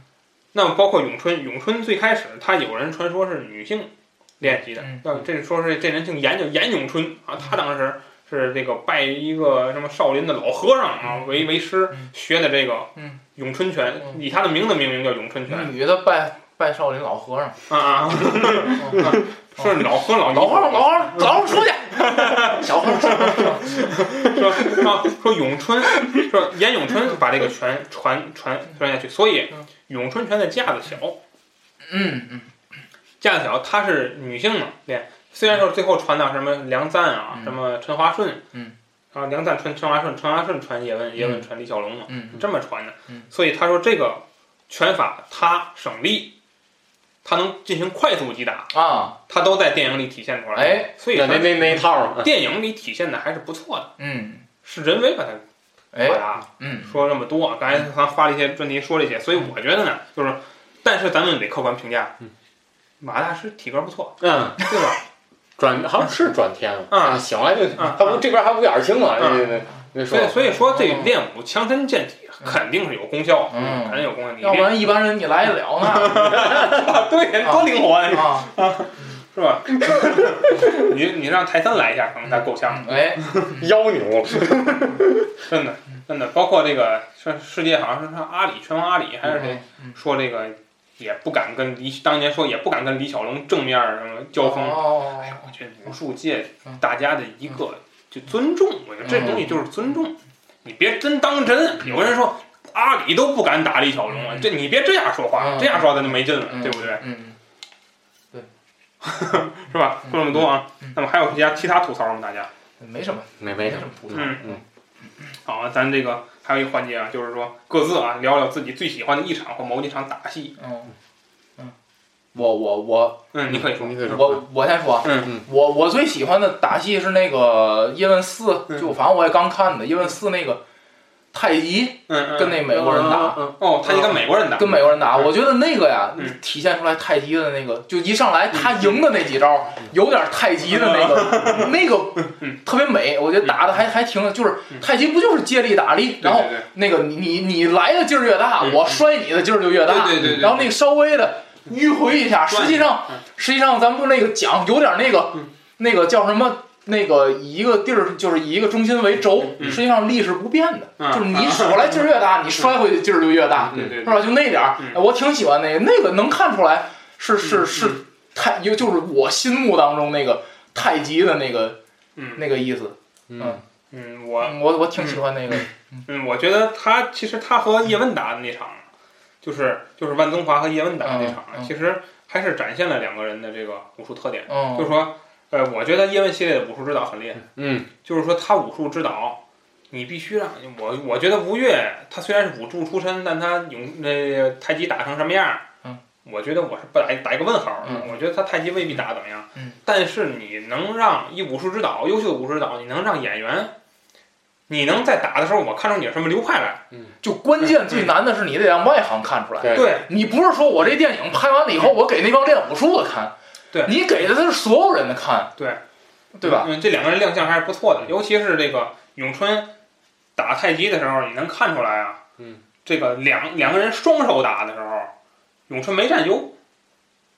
那么包括咏春，咏春最开始它有人传说是女性练习的
嗯，
那这说是这人姓严，叫严咏春啊，他当时是这个拜一个什么少林的老和尚啊为为师
嗯
学的这个
嗯
咏春拳，
嗯
以他的名字命名叫咏春拳
女的拜拜少林老和尚，
啊啊， 是老和老
哦老和尚，老和尚，老和尚出去，小和尚，
说啊，说咏春，说严咏春把这个拳传传传下去，所以
嗯
咏春拳的架子小，
嗯嗯
架子小她是女性嘛，练，虽然说最后传到什么梁赞啊，
嗯
什么陈华顺，
嗯，
啊梁赞传陈华顺，陈华顺传叶问，叶问传李小龙嘛，
嗯
这么传的
嗯，
所以他说这个拳法它省力，它能进行快速击打，
啊，
它都在电影里体现出来，，
哎，
所以
那那那那一套啊，
电影里体现的还是不错的，
嗯，
是人为把它
哎
表，达。
嗯，
说这么多，啊刚才咱花了一些专题说这些，所以我觉得呢，就是，但是咱们得客观评价
嗯，
马大师体格不错，
嗯，
对吧？
转好像是转天了
啊
醒来就
啊
他不这边还无眼儿青了，
啊
那那那说
所以所以说这练武强身健体肯定是有功效，
嗯
肯定有功效。你
要不
练
然一般人你来得了呢，
对多灵活啊， 你
啊，
是吧？ 你你让泰森来一下，可能他够呛，
哎，
妖牛，
真的真的。包括这个世世界好像是他阿里拳王阿里还是
嗯
谁说这个也不敢跟李当年说也不敢跟李小龙正面什么交锋，
哦，
我觉得武术界
嗯
大家的一个就尊重，我觉得这
嗯
东西就是尊重，你别真当真。有人说阿里都不敢打李小龙啊，
嗯
这你别这样说话，
嗯
这样说咱就没劲了，
嗯
对不对？
嗯，
是吧？说这么多啊
嗯，
那么还有其他其他吐槽吗？大家？
没什么，
没
没
没
什么吐槽，
嗯好啊，咱这个还有一个环节啊，就是说各自啊聊聊自己最喜欢的一场或某几场打戏。
嗯嗯，我我我
嗯，你可以说，
你可以说，
我我先说啊，
嗯
嗯
我我最喜欢的打戏是那个叶问四
嗯，
就反正我也刚看的叶问四那个太极
嗯嗯，
跟那美国人打，
嗯
哦，他一个美国人打，
跟美国人打，我觉得那个呀
嗯
体现出来太极的那个，就一上来他赢的那几招有点太极的那个那个
嗯
特别美，我觉得打的还还挺就是太极不就是借力打力，
对，
然后
对
那个你你你来的劲儿越大，
嗯
我摔你的劲儿就越大。
对对对对
然后那个稍微的迂回一下，
转
实际上
嗯
实际上咱们不是那个讲有点那个
嗯
那个叫什么？那个以一个地儿就是以一个中心为轴，
嗯
实际上力是不变的，
嗯
就是你手来劲儿越大，你摔回去劲儿就越大，
对对
是吧？就那点儿，
嗯
哎我挺喜欢那个，那个能看出来是是是
嗯
太，有就是我心目当中那个太极的那个
嗯
那个意思，
嗯
嗯，我
我我挺喜欢那个，
嗯，我觉得他其实他和叶问打的那场，就是就是万宗华和叶问打的那场，
嗯嗯
其实还是展现了两个人的这个武术特点。
嗯，
就是说，呃，我觉得叶问系列的武术指导很厉害，
嗯，
就是说他武术指导，你必须让我，我觉得吴越他虽然是武术出身，但他用那、太极打成什么样儿，
嗯
我觉得我是不打打一个问号儿的，
嗯
我觉得他太极未必打得怎么样，
嗯
但是你能让一武术指导，优秀的武术指导，你能让演员。你能在打的时候，我看出你是什么流派来？
就关键最难的是你得让外行看出来。
对
对，
你不是说我这电影拍完了以后，我给那帮练武术的看，
对
你给的他是所有人的看，
对，
对吧？
嗯，这两个人亮相还是不错的，尤其是这个咏春打太极的时候，你能看出来啊，
嗯，
这个两两个人双手打的时候，咏春没占优，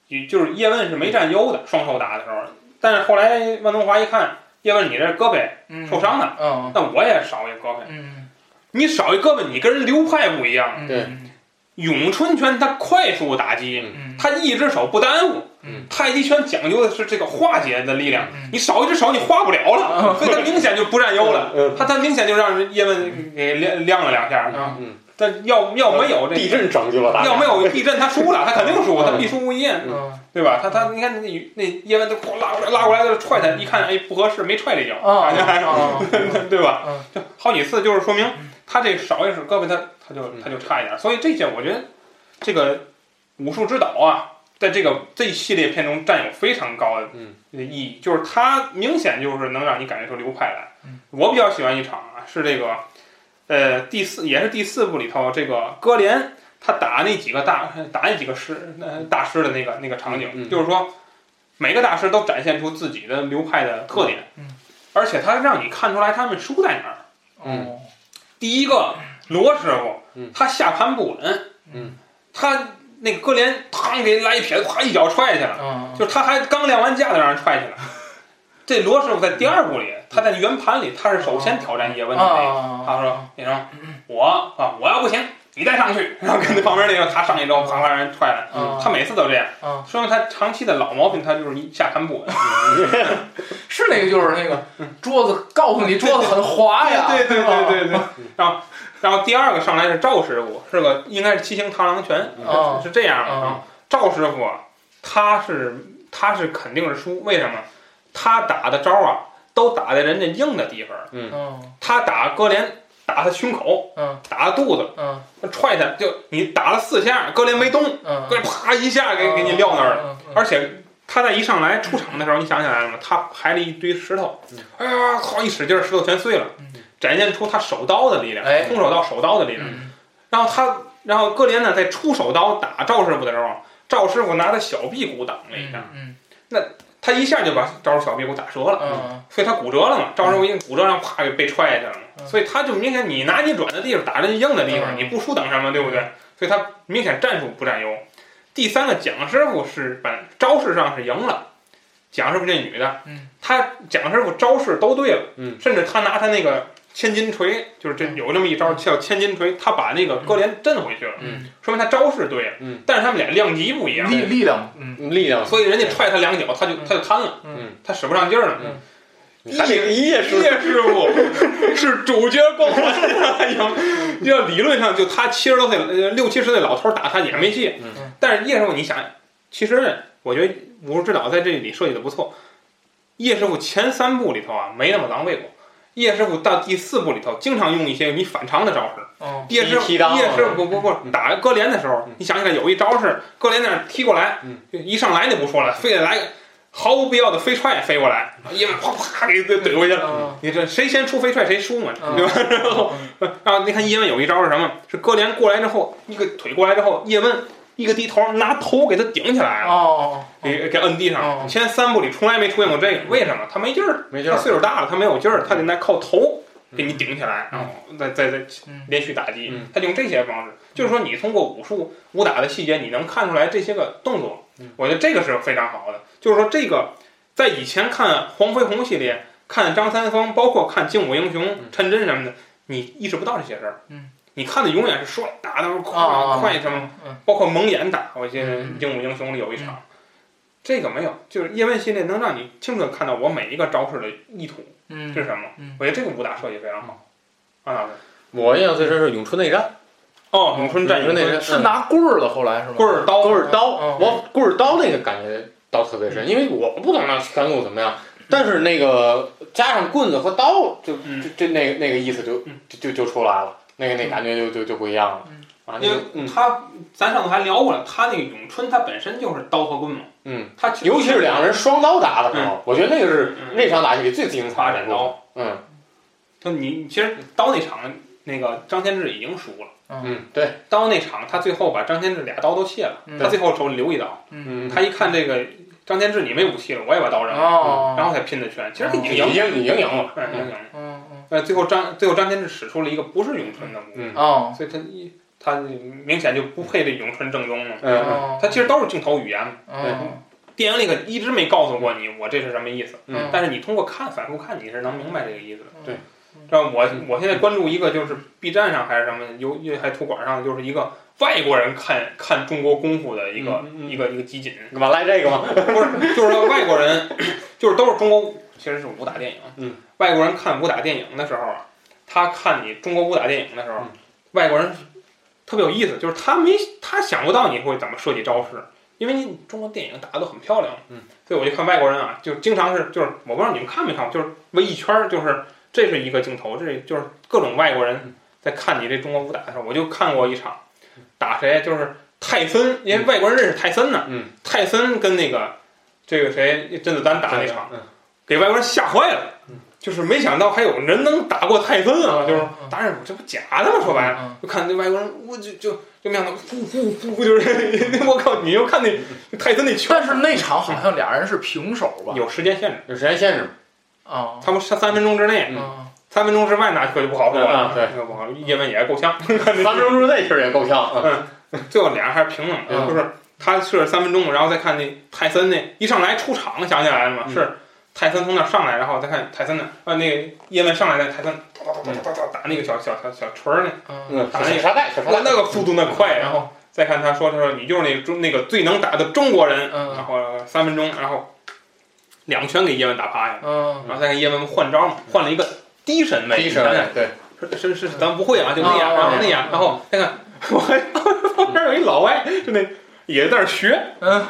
也就是叶问是没占优的，双手打的时候。但是后来万东华一看，叶问你这胳膊
嗯，
受伤了，
嗯，
那我也少一胳膊，
嗯
你少一胳膊，你跟人流派不一样。啊
嗯，
对
嗯，
咏春拳它快速打击，
嗯，
它一只手不耽误
嗯，
太极拳讲究的是这个化解的力量。
嗯啊
你少一只手，你花不了了，所以他明显就不占 优了。
嗯
他他明显就让人叶问给亮亮了两下儿，
嗯
嗯，
但要要没有
地
这，
震拯救了大
要
家，
没有地震，他输了，他肯定输，
嗯
他必输无疑，
嗯
对吧？他他你看那那叶问就哐拉过来拉过来就踹
嗯
他，一看哎不合适，没踹这脚，
啊
哎
啊，
对吧？
嗯
就好几次就是说明
嗯
他这少一只胳膊，他他就
嗯
他就差一点，所以这些我觉得这个武术指导啊，在这个这一系列片中占有非常高的
嗯
意义，就是他明显就是能让你感觉出流派来
嗯。
我比较喜欢一场啊，是这个呃第四也是第四部里头这个哥连他打那几个大打那几个师那大师的那个那个场景，
嗯嗯
就是说每个大师都展现出自己的流派的特点，
嗯嗯
而且他让你看出来他们输在哪儿。嗯
哦，
第一个罗师傅，
嗯
他下盘不稳，
嗯，
他那个哥连嘡给来一撇，咵一脚踹去了，
嗯，
就是他还刚练完架就让人踹去了。 这罗师傅在第二部里，他在圆盘里，他是首先挑战叶问的那个，
啊，
他说：“那什么，我啊，我要不行，你再上去。” 然后跟那旁边那个他上一周，啪啪让人踹了。
嗯
他每次都这样，
啊，
说明他长期的老毛病，他就是一下盘不稳。
是那个就是那个桌子，告诉你桌子很滑哎呀，
对对对对对
嗯。
然后，然后第二个上来是赵师傅，是个应该是七星螳螂
嗯
拳，
哦
是这样的
哦
啊。赵师傅啊他是他是肯定是输，为什么？他打的招啊，都打在人家硬的地方，
嗯
他打哥连打他胸口，
嗯
打他肚子，
嗯
踹他就你打了四下，哥连没动，
嗯，
哥连啪一下给给你撂那儿了。
了，
而且他在一上来出场的时候，你想起来了吗？他排了一堆石头
嗯，
哎呀，靠！一使劲儿，石头全碎了
嗯，
展现出他手刀的力量
哎，
空手道手刀的力量。
嗯
然后他，然后哥连呢，在出手刀打赵师傅的时候，赵师傅拿他小臂骨挡了一下，
嗯
他一下就把赵师傅小臂骨打折了，
嗯
所以他骨折了嘛。赵师傅一骨折，然后啪给被踹下去了嘛。
嗯
所以他就明显，你拿你软的地方打人硬的地方，
嗯
你不输等什么，对不对？所以他明显战术不占优。第三个蒋师傅是把招式上是赢了，蒋师傅这女的，
嗯
她蒋师傅招式都对了，
嗯
甚至他拿他那个千斤锤，就是这
嗯
有这么一招叫千斤锤，他把那个哥连震回去了，
嗯，
说明他招式对了，
嗯
但是他们俩量级不一样，
力力量，嗯
力量，
所以人家踹他两脚，他就
嗯
他就瘫了，
嗯
他使不上劲儿了。
嗯
叶
还得一夜
叶
是
师 傅是主角光环，要理论上就他七十多岁呃六七十岁老头打他也没戏
嗯，
但是叶师傅你想，其实我觉得武术指导在这里设计的不错。叶师傅前三部里头啊没那么狼狈过，叶师傅到第四部里头，经常用一些你反常的招式。
嗯
叶师傅，
踢裆
叶师傅不不不
嗯
打哥连的时候
嗯，
你想起来有一招是哥连那儿踢过来
嗯，
一上来就不说了，非得来个毫无必要的飞踹飞过来，叶问啪啪给怼怼回去了。
嗯
你这谁先出飞踹谁输嘛，
嗯
对吧？然后啊，你看叶问有一招是什么？是哥连过来之后，一个腿过来之后，叶问一个低头拿头给他顶起来了，
哦
给给摁地
哦
上。前三部里从来没出现过这个，为什么？他没劲儿，
没劲
他
儿。
岁数大了，他没有劲儿，他得拿靠头给你顶起来，然后再再再
嗯
连续打击
嗯。
他就用这些方式，就是说你通过武术武打的细节，你能看出来这些个动作
嗯。
我觉得这个是非常好的，就是说这个在以前看黄飞鸿系列、看张三丰，包括看精武英雄、陈真什么的，你意识不到这些事儿。
嗯。
你看的永远是说打的
啊
快快什么，
嗯
包括蒙眼打，我记得
嗯
《精武英雄》里有一场，这个没有，就是叶问系列能让你清楚的看到我每一个招式的意图
嗯
是什么
嗯。
我觉得这个武打设计非常好。啊，老师，
我印象最深是咏春内战，
哦，咏春战
咏春
咏
内战
春
嗯
是拿棍儿的，后来是吗？
嗯棍儿刀
棍儿刀，
嗯
我棍儿刀那个感觉倒特别
嗯
深，因为我不懂那拳速怎么样，但是那个加上棍子和刀，就
嗯
就就那个那个意思就
嗯
就就就出来了，那个那感觉就就就不一样了
嗯
啊，那
因
个
为
嗯
他咱上次还聊过了，他那个咏春他本身就是刀和棍嘛，
嗯，
他
尤其是两个人双刀打的时候，我觉得那个是
嗯
那场打戏里最精彩
发
的
展
部分，
刀，
嗯
就你其实刀那场那个张天志已经输了，
嗯对，
刀那场他最后把张天志俩刀都卸了，
嗯
他最后手里留一刀，
嗯，
他一看这个张天志你没武器了，我也把刀扔了，
哦，
然后才拼的拳，其实
你
你赢
赢，你赢赢了，
嗯赢赢了，
嗯嗯
呃最后张最后张天志使出了一个不是咏春的武
嗯
哦
所以他一他明显就不配这咏春正宗了，
嗯
他其实都是镜头语言嘛。
嗯
电影里可一直没告诉过你我这是什么意思，
嗯
但是你通过看反复看，你是能明白这个意思的。
对
嗯
这我我现在关注一个就是 B 站上还是什么有有还图馆上，就是一个外国人看看中国功夫的一个、
嗯嗯嗯
一个一个集锦，
干嘛来这个吗？
不是就是说外国人 就是都是中国武其实是武打电影，
嗯，
外国人看武打电影的时候啊，他看你中国武打电影的时候，
嗯
外国人特别有意思，就是他没他想不到你会怎么设计招式，因为你中国电影打的都很漂亮，
嗯，
所以我就看外国人啊，就经常是就是我不知道你们看没看过，就是围一圈儿，就是这是一个镜头，这就是各种外国
嗯
人在看你这中国武打的时候，我就看过一场打谁就是。泰森，因为外国人认识泰森呢。
嗯，
泰森跟那个这个谁甄子丹打那场，
嗯
给外国人吓坏了
嗯，
就是没想到还有人能打过泰森啊！
嗯
就是
嗯嗯
当然我这不假的嘛，说白了，
嗯
就看那外国人，我就就就没想到，呼呼呼，就是 我靠，你又看那泰森那拳，
但是那场好像俩人是平手吧？
有时间限制，
有时间限制 吗？
啊
他们三三分钟之内，
啊
三分钟之外那可就不好说
嗯，
了
嗯对
那个不好，叶问也够呛，
三分钟之内其实也够呛，嗯
最后俩人还是平等的，
嗯
就是他是三分钟，然后再看那泰森那一上来出场，想起来了吗？
嗯
是泰森从那儿上来，然后再看泰森那啊那个叶问上来那泰森哒哒哒哒哒哒打那个小小小小锤儿那，
嗯
嗯，小沙袋，小沙
哇
袋，
那个速度那快，然后再看他说他说你就是那中那个最能打的中国人，
嗯
然后三分钟，然后两拳给叶问打趴下，
嗯
然后再看叶问换招嘛，换了一个低身位，
低声
你看看
对，
是是是，咱不会啊，就那样，
啊
然后那样，然后那个 我还旁边有一老外，就那也在那儿学，
嗯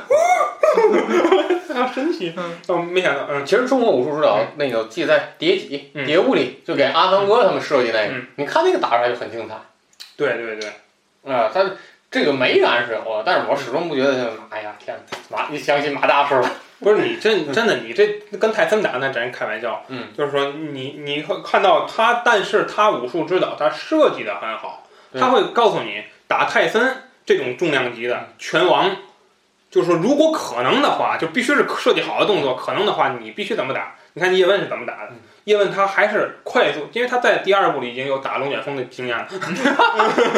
啊，神奇，
嗯
哦，没想到，嗯，
其实中国武术指导那个记在《蝶几》
嗯
《蝶舞》里，就给阿汤哥他们设计那个
嗯，
你看那个打出来就很精彩
对对对，
啊。但是这个美感是有的，但是我始终不觉得，哎呀天哪，马一想起马大师了，
不是你真真的你这跟泰森打那咱开玩笑，
嗯，
就是说你你会看到他，但是他武术指导他设计的很好，
对
他会告诉你打泰森这种重量级的拳王。就是说，如果可能的话，就必须是设计好的动作。可能的话，你必须怎么打？你看叶问是怎么打的
嗯？
叶问他还是快速，因为他在第二部里已经有打龙卷风的经 验了。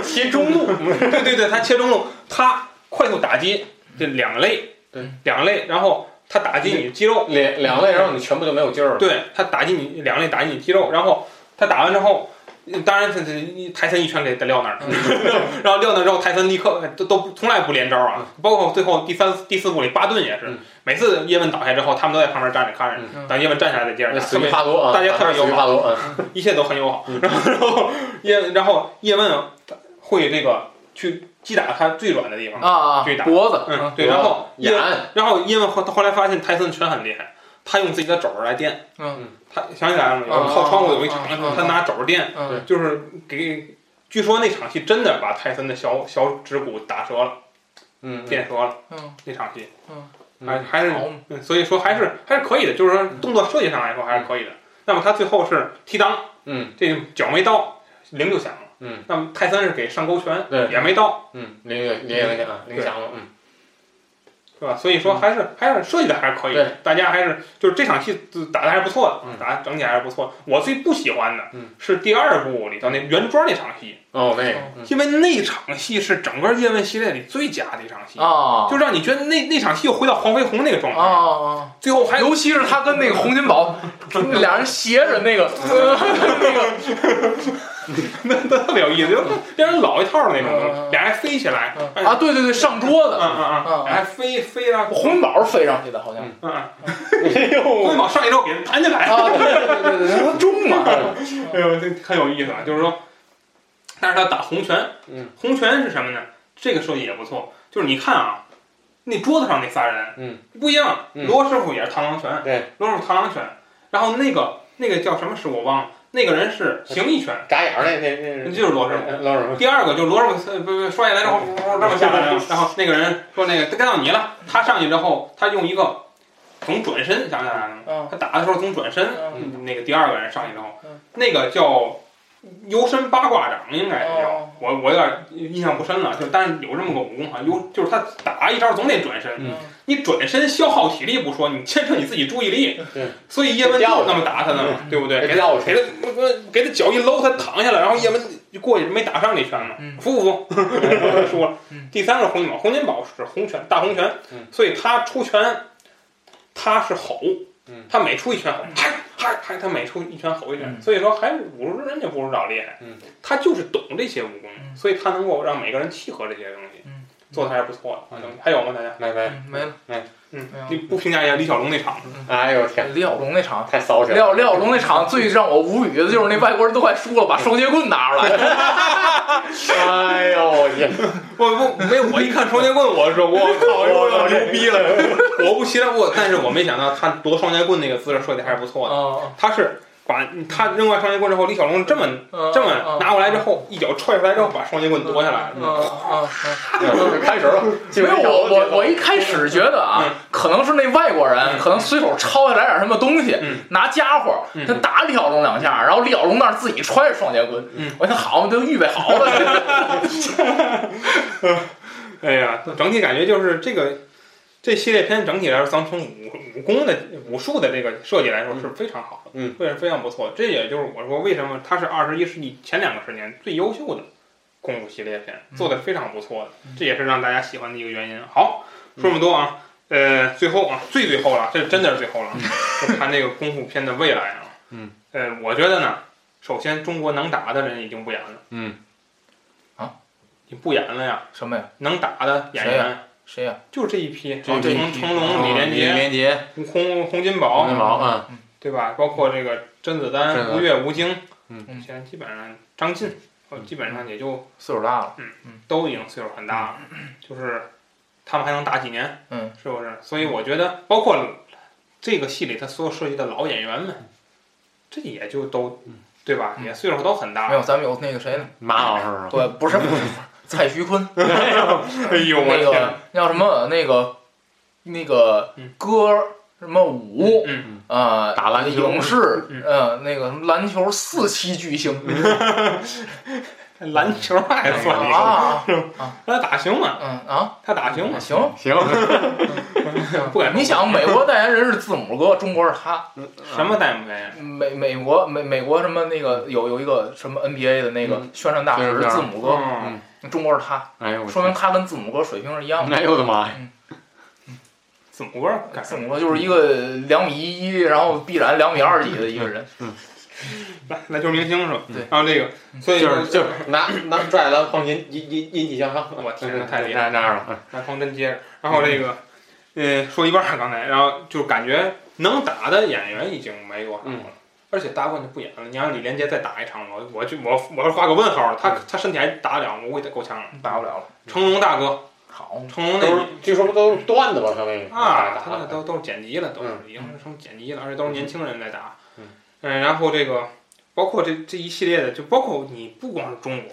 切中 路，
对对对，他切中路，他快速打击这两肋，
对，
两肋，然后他打击你肌肉，
两两肋，然后你全部就没有劲儿了。
对他打进你两肋打进你肌肉，然后他打完之后，嗯当然他他一泰森一拳给他撂那儿， 然后撂那儿之后，泰森立刻都都不从来不连招啊，包括最后第三第四部里巴顿也是
嗯，
每次叶问倒下之后，他们都在旁边站着看着，
嗯
等叶问站起来再接着
那
打，
死
特
皮
别
帕多啊，
大家特别
打死皮
友
帕多啊，
一切都很友好。 然后然后叶然后叶问会这个去击打他最软的地方，
啊脖子
嗯对，然后叶
演
然后因为后他后来发现泰森拳很厉害，他用自己的肘儿来垫。
嗯，
他想起来了吗？有
啊
个靠窗户有一场
啊啊啊，
他拿肘儿垫，
嗯，
就是给。据说那场戏真的把泰森的小小指骨打折了，
嗯，
电折了
嗯，
那场戏，
嗯
还还是
好嘛，
嗯，所以说还是还是可以的，就是
嗯
说动作设计上来说还是可以的。那么他最后是踢裆，
嗯，
这脚没到，铃就响了，
嗯。
那么泰森是给上勾拳，
对
也没到，
嗯，零零零零啊，零响了，嗯，
对吧？所以说还是、还是设计的还是可以的
对，
大家还是就是这场戏打的还是不错的，
嗯
打得整体还是不错。我最不喜欢的
嗯
是第二部里头那原装那场戏，
哦，那个
哦，
嗯
因为那场戏是整个叶问系列里最假的一
哦
场戏。
啊，
就让你觉得那那场戏又回到黄飞鸿那个状态，
啊，
最后还
尤其是他跟那个洪金宝俩人斜着那个，
那那特别有意思，就是变成老一套的那种东
嗯嗯
西，
嗯
俩人飞起来，
嗯
哎
啊，对对对，上桌
嗯
子，
嗯嗯，
啊，
还飞飞啊，
洪金宝是飞上去的，好像
嗯
嗯，哎呦，宝上一周给人弹起来，
啊，对对对对对，他中啊，
哎呦，这很有意思啊，就是说，但是他打红拳，
嗯，
红拳是什么呢？这个设计也不错，就是你看啊，那桌子上那仨人，
嗯，
不一样，
嗯
罗师傅也是螳螂拳，
对，
罗师傅螳螂拳，然后那个那个叫什么师我忘了，那个人是形意拳，
眨眼儿那那那
那
是
就是罗师傅。
老师傅，
第二个就是罗师傅，呃，不不，摔下来之后，呜这么 下来了，然后那个人说那个该到你了，他上去之后，他用一个总转身，想起来了吗？
嗯
他打的时候总转身，
嗯
那个第二个人上去之后
嗯，
那个叫游身八卦掌，应该是叫
哦，
我我有点印象不深了，就但是有这么个武功，好像游就是他打一招总得转身，
嗯
你转身消耗体力不说，你牵扯你自己注意力，
对，
所以叶问就那么打他的嘛，对不对？给他
掉
给他给他脚一搂，他躺下了，然后叶文就过去没打上那拳嘛，
嗯
服不 服？输了
嗯。
第三个是洪金宝，洪金宝是红拳大红拳
嗯，
所以他出拳他是吼
嗯，
他每出一拳吼，嗨嗨嗨，他每出一拳吼一拳，
嗯
所以说还是武术人家不知道厉害
嗯，
他就是懂这些武功，
嗯
所以他能够让每个人契合这些东西
嗯，
做的还是不错的
嗯。
还有吗？大家？
没没，
嗯没了，
嗯
没有，
你不评价一下李小龙那场吗？
哎呦天，
李小龙那场。
太骚气
廖
了，
廖小龙那场最让我无语的就是那外国人都快输了，把双截棍拿出来，
哎呦我天，
我不没，我一看双截棍，我说我靠，又要牛逼了， 我不期待我，但是我没想到他夺双截棍那个姿势设计还是不错的。
嗯
啊，
他是把他扔完双截棍之后，李小龙这么这
嗯
么嗯拿过来之后，一脚踹出来之后，把双截棍夺下来了。
嗯
啊啊！
开始了，
没有我我我一开始觉得啊，可能是那外国人可能随手抄下来点什么东西
嗯，
拿家伙
嗯
他打李小龙两下，然后李小龙那儿自己揣着双截棍
嗯，
我想好，我都预备好 了，
哎呀，整体感觉就是这个这系列片整体来说，咱从武武功的武术的这个设计来说是非常好的，
嗯，
非常非常不错的。这也就是我说为什么它是二十一世纪前两个十年最优秀的功夫系列片，做
嗯
的非常不错的，这也是让大家喜欢的一个原因。好，说这么多啊，呃，最后啊，最最后了，这真的是最后了，就谈这个功夫片的未来啊，
嗯，
呃，我觉得呢，首先中国能打的人已经不演了，
嗯，
啊，
不演了呀，
什么呀？
能打的演
谁呀
员。
谁呀？
就这一批，
这一
成
批嗯
成龙、李连杰、
连杰，
洪洪金
王金
宝，
毛啊，
嗯
对吧？包括这个甄
甄子
子丹、
丹
吴越、吴京，
嗯
这些人基本上张晋，哦基本上也就
岁数大了，
都已经岁数很大了，就是他们还能打几年？
嗯，
是不是？所以我觉得，包括这个戏里他所有涉及的老演员们，这也就都
嗯
对吧？
嗯
也岁数都很大
没。有，咱们有那个谁呢？
马老师
对，不是不是，蔡徐坤，
哎呦，我
那
的天！
个那叫什么那个那个
嗯
歌什么舞
嗯
啊，
打篮球
影视
嗯，
嗯，那个什么篮球四期巨星
篮球还算一
嗯
个，
啊，
他打行吗？
嗯啊，
他打行吗？
行，
行，
嗯
不敢说
你想美国代言人是字母哥，中国是他，
嗯
什么戴姆雷？
美美国美美国什么那个有有一个什么 NBA 的那个宣传大使是字母哥，
嗯
中国是他，
哎呦我
说明他跟字母哥水平是 一样的。
哎呦我的妈呀，
怎么味儿？
字母哥就是一个呃两米一，然后必然两米二几的一个人，
来来球明星是吧？
对
然后这个，所以
就是就是拿拿拽篮筐引引引引体向上，
我天哪，太厉害了！
那样了，
篮筐真结实。然后这个，呃，说一半儿刚才，然后就感觉能打的演员已经没多少了
嗯，
而且大部分就不演了。你让李连杰再打一场，我我
嗯
就我我是画个问号了，他他身体还打得了吗？我估计他够呛了。
打不了了。
成龙大哥，
好嘛，
成龙
都
那
是据说都是段子吧，相当于
啊，
打
他那
的。
都都是剪辑了，都是
嗯
已经成剪辑了，而且都是年轻人在打。
嗯
嗯，然后这个包括这这一系列的，就包括你不光是中国，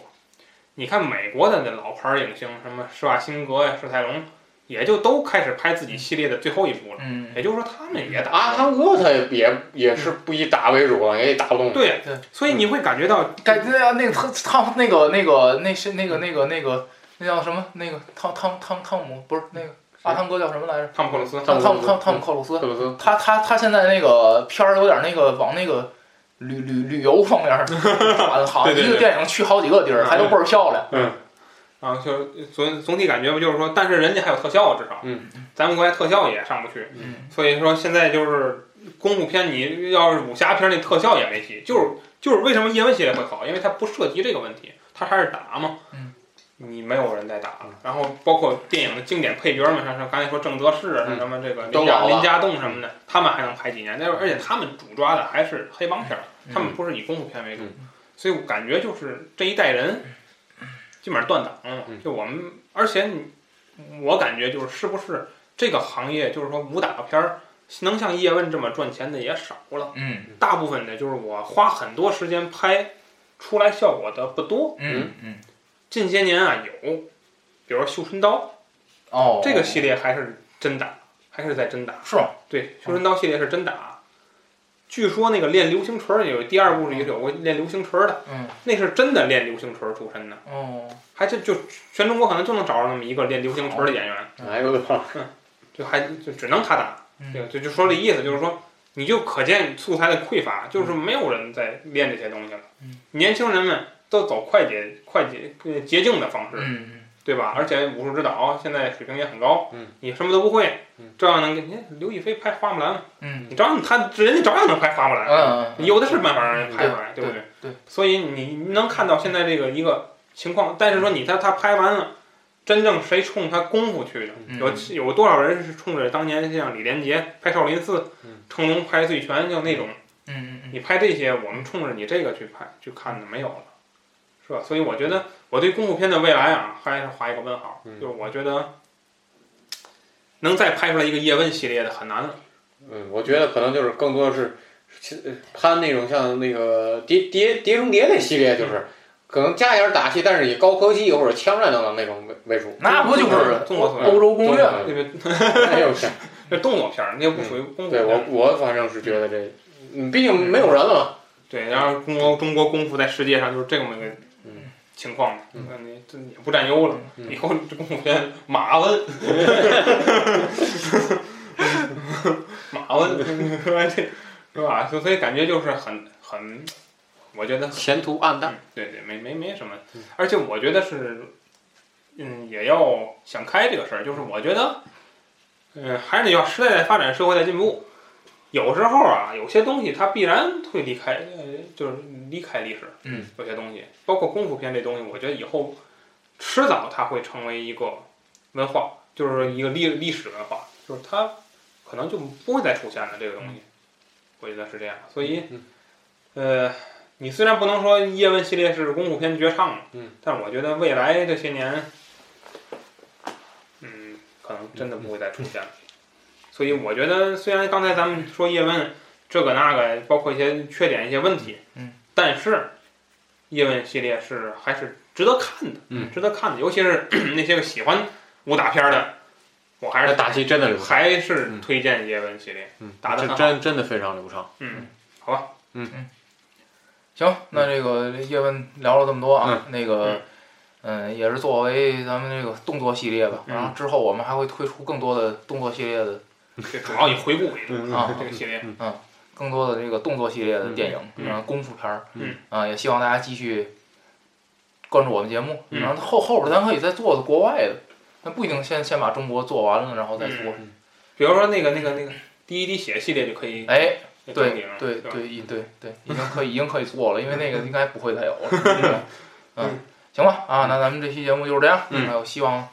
你看美国的那老牌影星，什么施瓦辛格呀、史泰龙，也就都开始拍自己系列的最后一部了。
嗯，
也就是说，他们也打
阿汤哥啊他也也也是不以打为主了，也得打不动。
对
对，
所以你会感觉到
感觉啊那个汤汤那个那个那是那个那个那个那叫什么那个汤汤汤汤姆不是那个阿汤哥叫什么来着？
汤姆克鲁斯
汤
汤汤
姆
姆
克鲁斯
汤
嗯
汤姆克鲁斯，
克鲁斯，
他他他现在那个片儿有点那个往那个旅旅旅游方面儿 打的好，
对对
一个
对
电影去好几个地儿，还都倍儿漂亮。
啊，就总总体感觉不就是说，但是人家还有特效，至少，
嗯，
咱们国家特效也上不去，
嗯，
所以说现在就是功夫片，你要是武侠片那特效也没戏，
嗯
就是就是为什么叶问系列会好，因为它不涉及这个问题，它还是打嘛，
嗯，
你没有人在打，
嗯
然后包括电影的经典配角们，像像刚才说郑则仕啊，
嗯
什么这个
都
林家
老了嗯
林家栋什么的，他们还能拍几年，但是而且他们主抓的还是黑帮片儿，
嗯
他们不是以功夫片为主，所以我感觉就是这一代人基本上断档了嘛
嗯。
就我们，而且你，我感觉就是是不是这个行业，就是说武打片儿能像叶问这么赚钱的也少了，
嗯
大部分的就是我花很多时间拍，出来效果的不多。
嗯嗯，
近些年啊有，比如说《绣春刀
哦》，
这个系列还是真打，还是在真打。
是吗？哦
对，《绣春刀》系列是真打。据说那个练流星锤儿有第二部是有个练流星锤儿的，
嗯
那是真的练流星锤儿出身的，
哦，
还真就全中国可能就能找着那么一个练流星锤儿的演员，
哎呦我的妈！
就还就只能他打。
嗯
对，就就说这意思，就是说你就可见素材的匮乏，就是没有人在练这些东西了
嗯。
年轻人们都走快捷、快捷、呃捷径的方式，
嗯
对吧？而且武术指导现在水平也很高
嗯，
你什么都不会
嗯，
照样能给。你看刘亦菲拍花木兰，
嗯
你照样他人家照样能拍花木兰，
嗯嗯，
有的是办法让人拍出来，
对
不
对对
所以你能看到现在这个一个情况，但
嗯
是说你他他拍完了，真正谁冲他功夫去的？
嗯
有有多少人是冲着当年像李连杰拍《少林寺》
嗯
成龙拍《醉拳》就那种，
嗯嗯
你拍这些，我们冲着你这个去拍去看的没有了，是吧？所以我觉得我对功夫片的未来啊，还是画一个问号。
嗯
就是我觉得能再拍出来一个叶问系列的很难了。
嗯，我觉得可能就是更多的是是呃攀那种像那个碟碟碟中谍那系列，就是可能加一点打戏，但是以高科技或者枪战等等那种为为主。
那不就是
动作片儿？
欧洲攻略吗？
嗯
那个
哎呦我天！
那动作片儿，那不属于功夫片
对
儿。
我我反正是觉得这，嗯，毕竟没有人了嘛。
对，然后中国中国功夫在世界上就是这么个
嗯
情况嘛，
嗯
那你这也不占优了，
嗯
以后这功夫片马 文，马文， 这是吧？所以感觉就是很很，我觉得很
前途暗淡。
嗯对对，没没没什么，而且我觉得是，嗯，也要想开这个事儿，就是我觉得，嗯，还是得要时代在发展，社会在进步，有时候啊，有些东西它必然会离开，呃，就是离开历史，
嗯，
有些东西，包括功夫片这东西，我觉得以后迟早它会成为一个文化，就是一个历历史文化，就是它可能就不会再出现了这个东西，我觉得是这样，所以
嗯，
呃。你虽然不能说叶问系列是功夫片绝唱嘛，
嗯，
但我觉得未来这些年，嗯，可能真的不会再出现了。所以我觉得，虽然刚才咱们说叶问这个那个，包括一些缺点、一些问题，
嗯，
但是叶问系列是还是值得看的，
嗯，
值得看的，尤其是 那些个喜欢武打片儿的，我还
那
是
打戏真的流畅，
还是
嗯
推荐叶问系列，
嗯，
打得
这
很好
真真的非常流畅。
嗯，
行，那这个叶问聊了这么多啊，那个，嗯，也是作为咱们这个动作系列吧，
嗯
然后之后我们还会推出更多的动作系列的
嗯这主要以回顾
嗯
为主
啊，
这个系列，
更多的这个动作系列的电影，
嗯
然后功夫片儿，
嗯，
啊，也希望大家继续关注我们节目，
嗯
然后后后边咱可以再做国外的，那不一定先先把中国做完了，然
嗯
后再做，
比如说那个那个那个第一滴血系列就可以
哎，
也可以
对
了
对
吧
对，已对对，已经可以已经可以做了，因为那个应该不会再有 了对。嗯，行吧啊，那咱们这期节目就是这样。
嗯
还有希望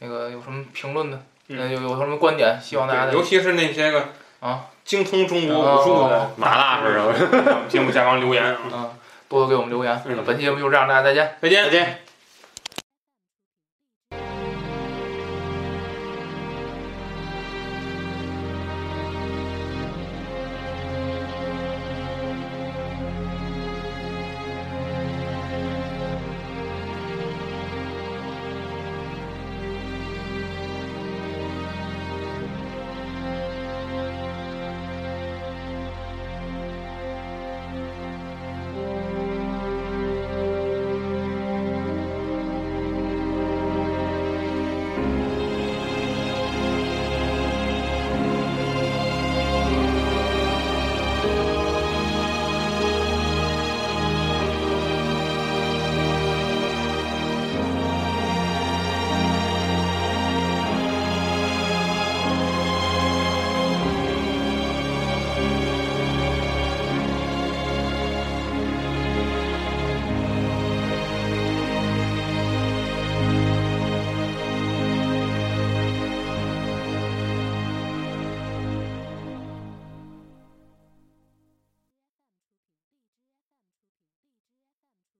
那个有什么评论的，
嗯
呃有有什么观点，希望大家
对
在
尤其是那些个
啊
精通中国武术的
哦
麻辣是吧？
嗯，节目下方留言啊，
嗯多多给我们留言。
嗯
本期节目就是这样，大家再见。
再见
再。见。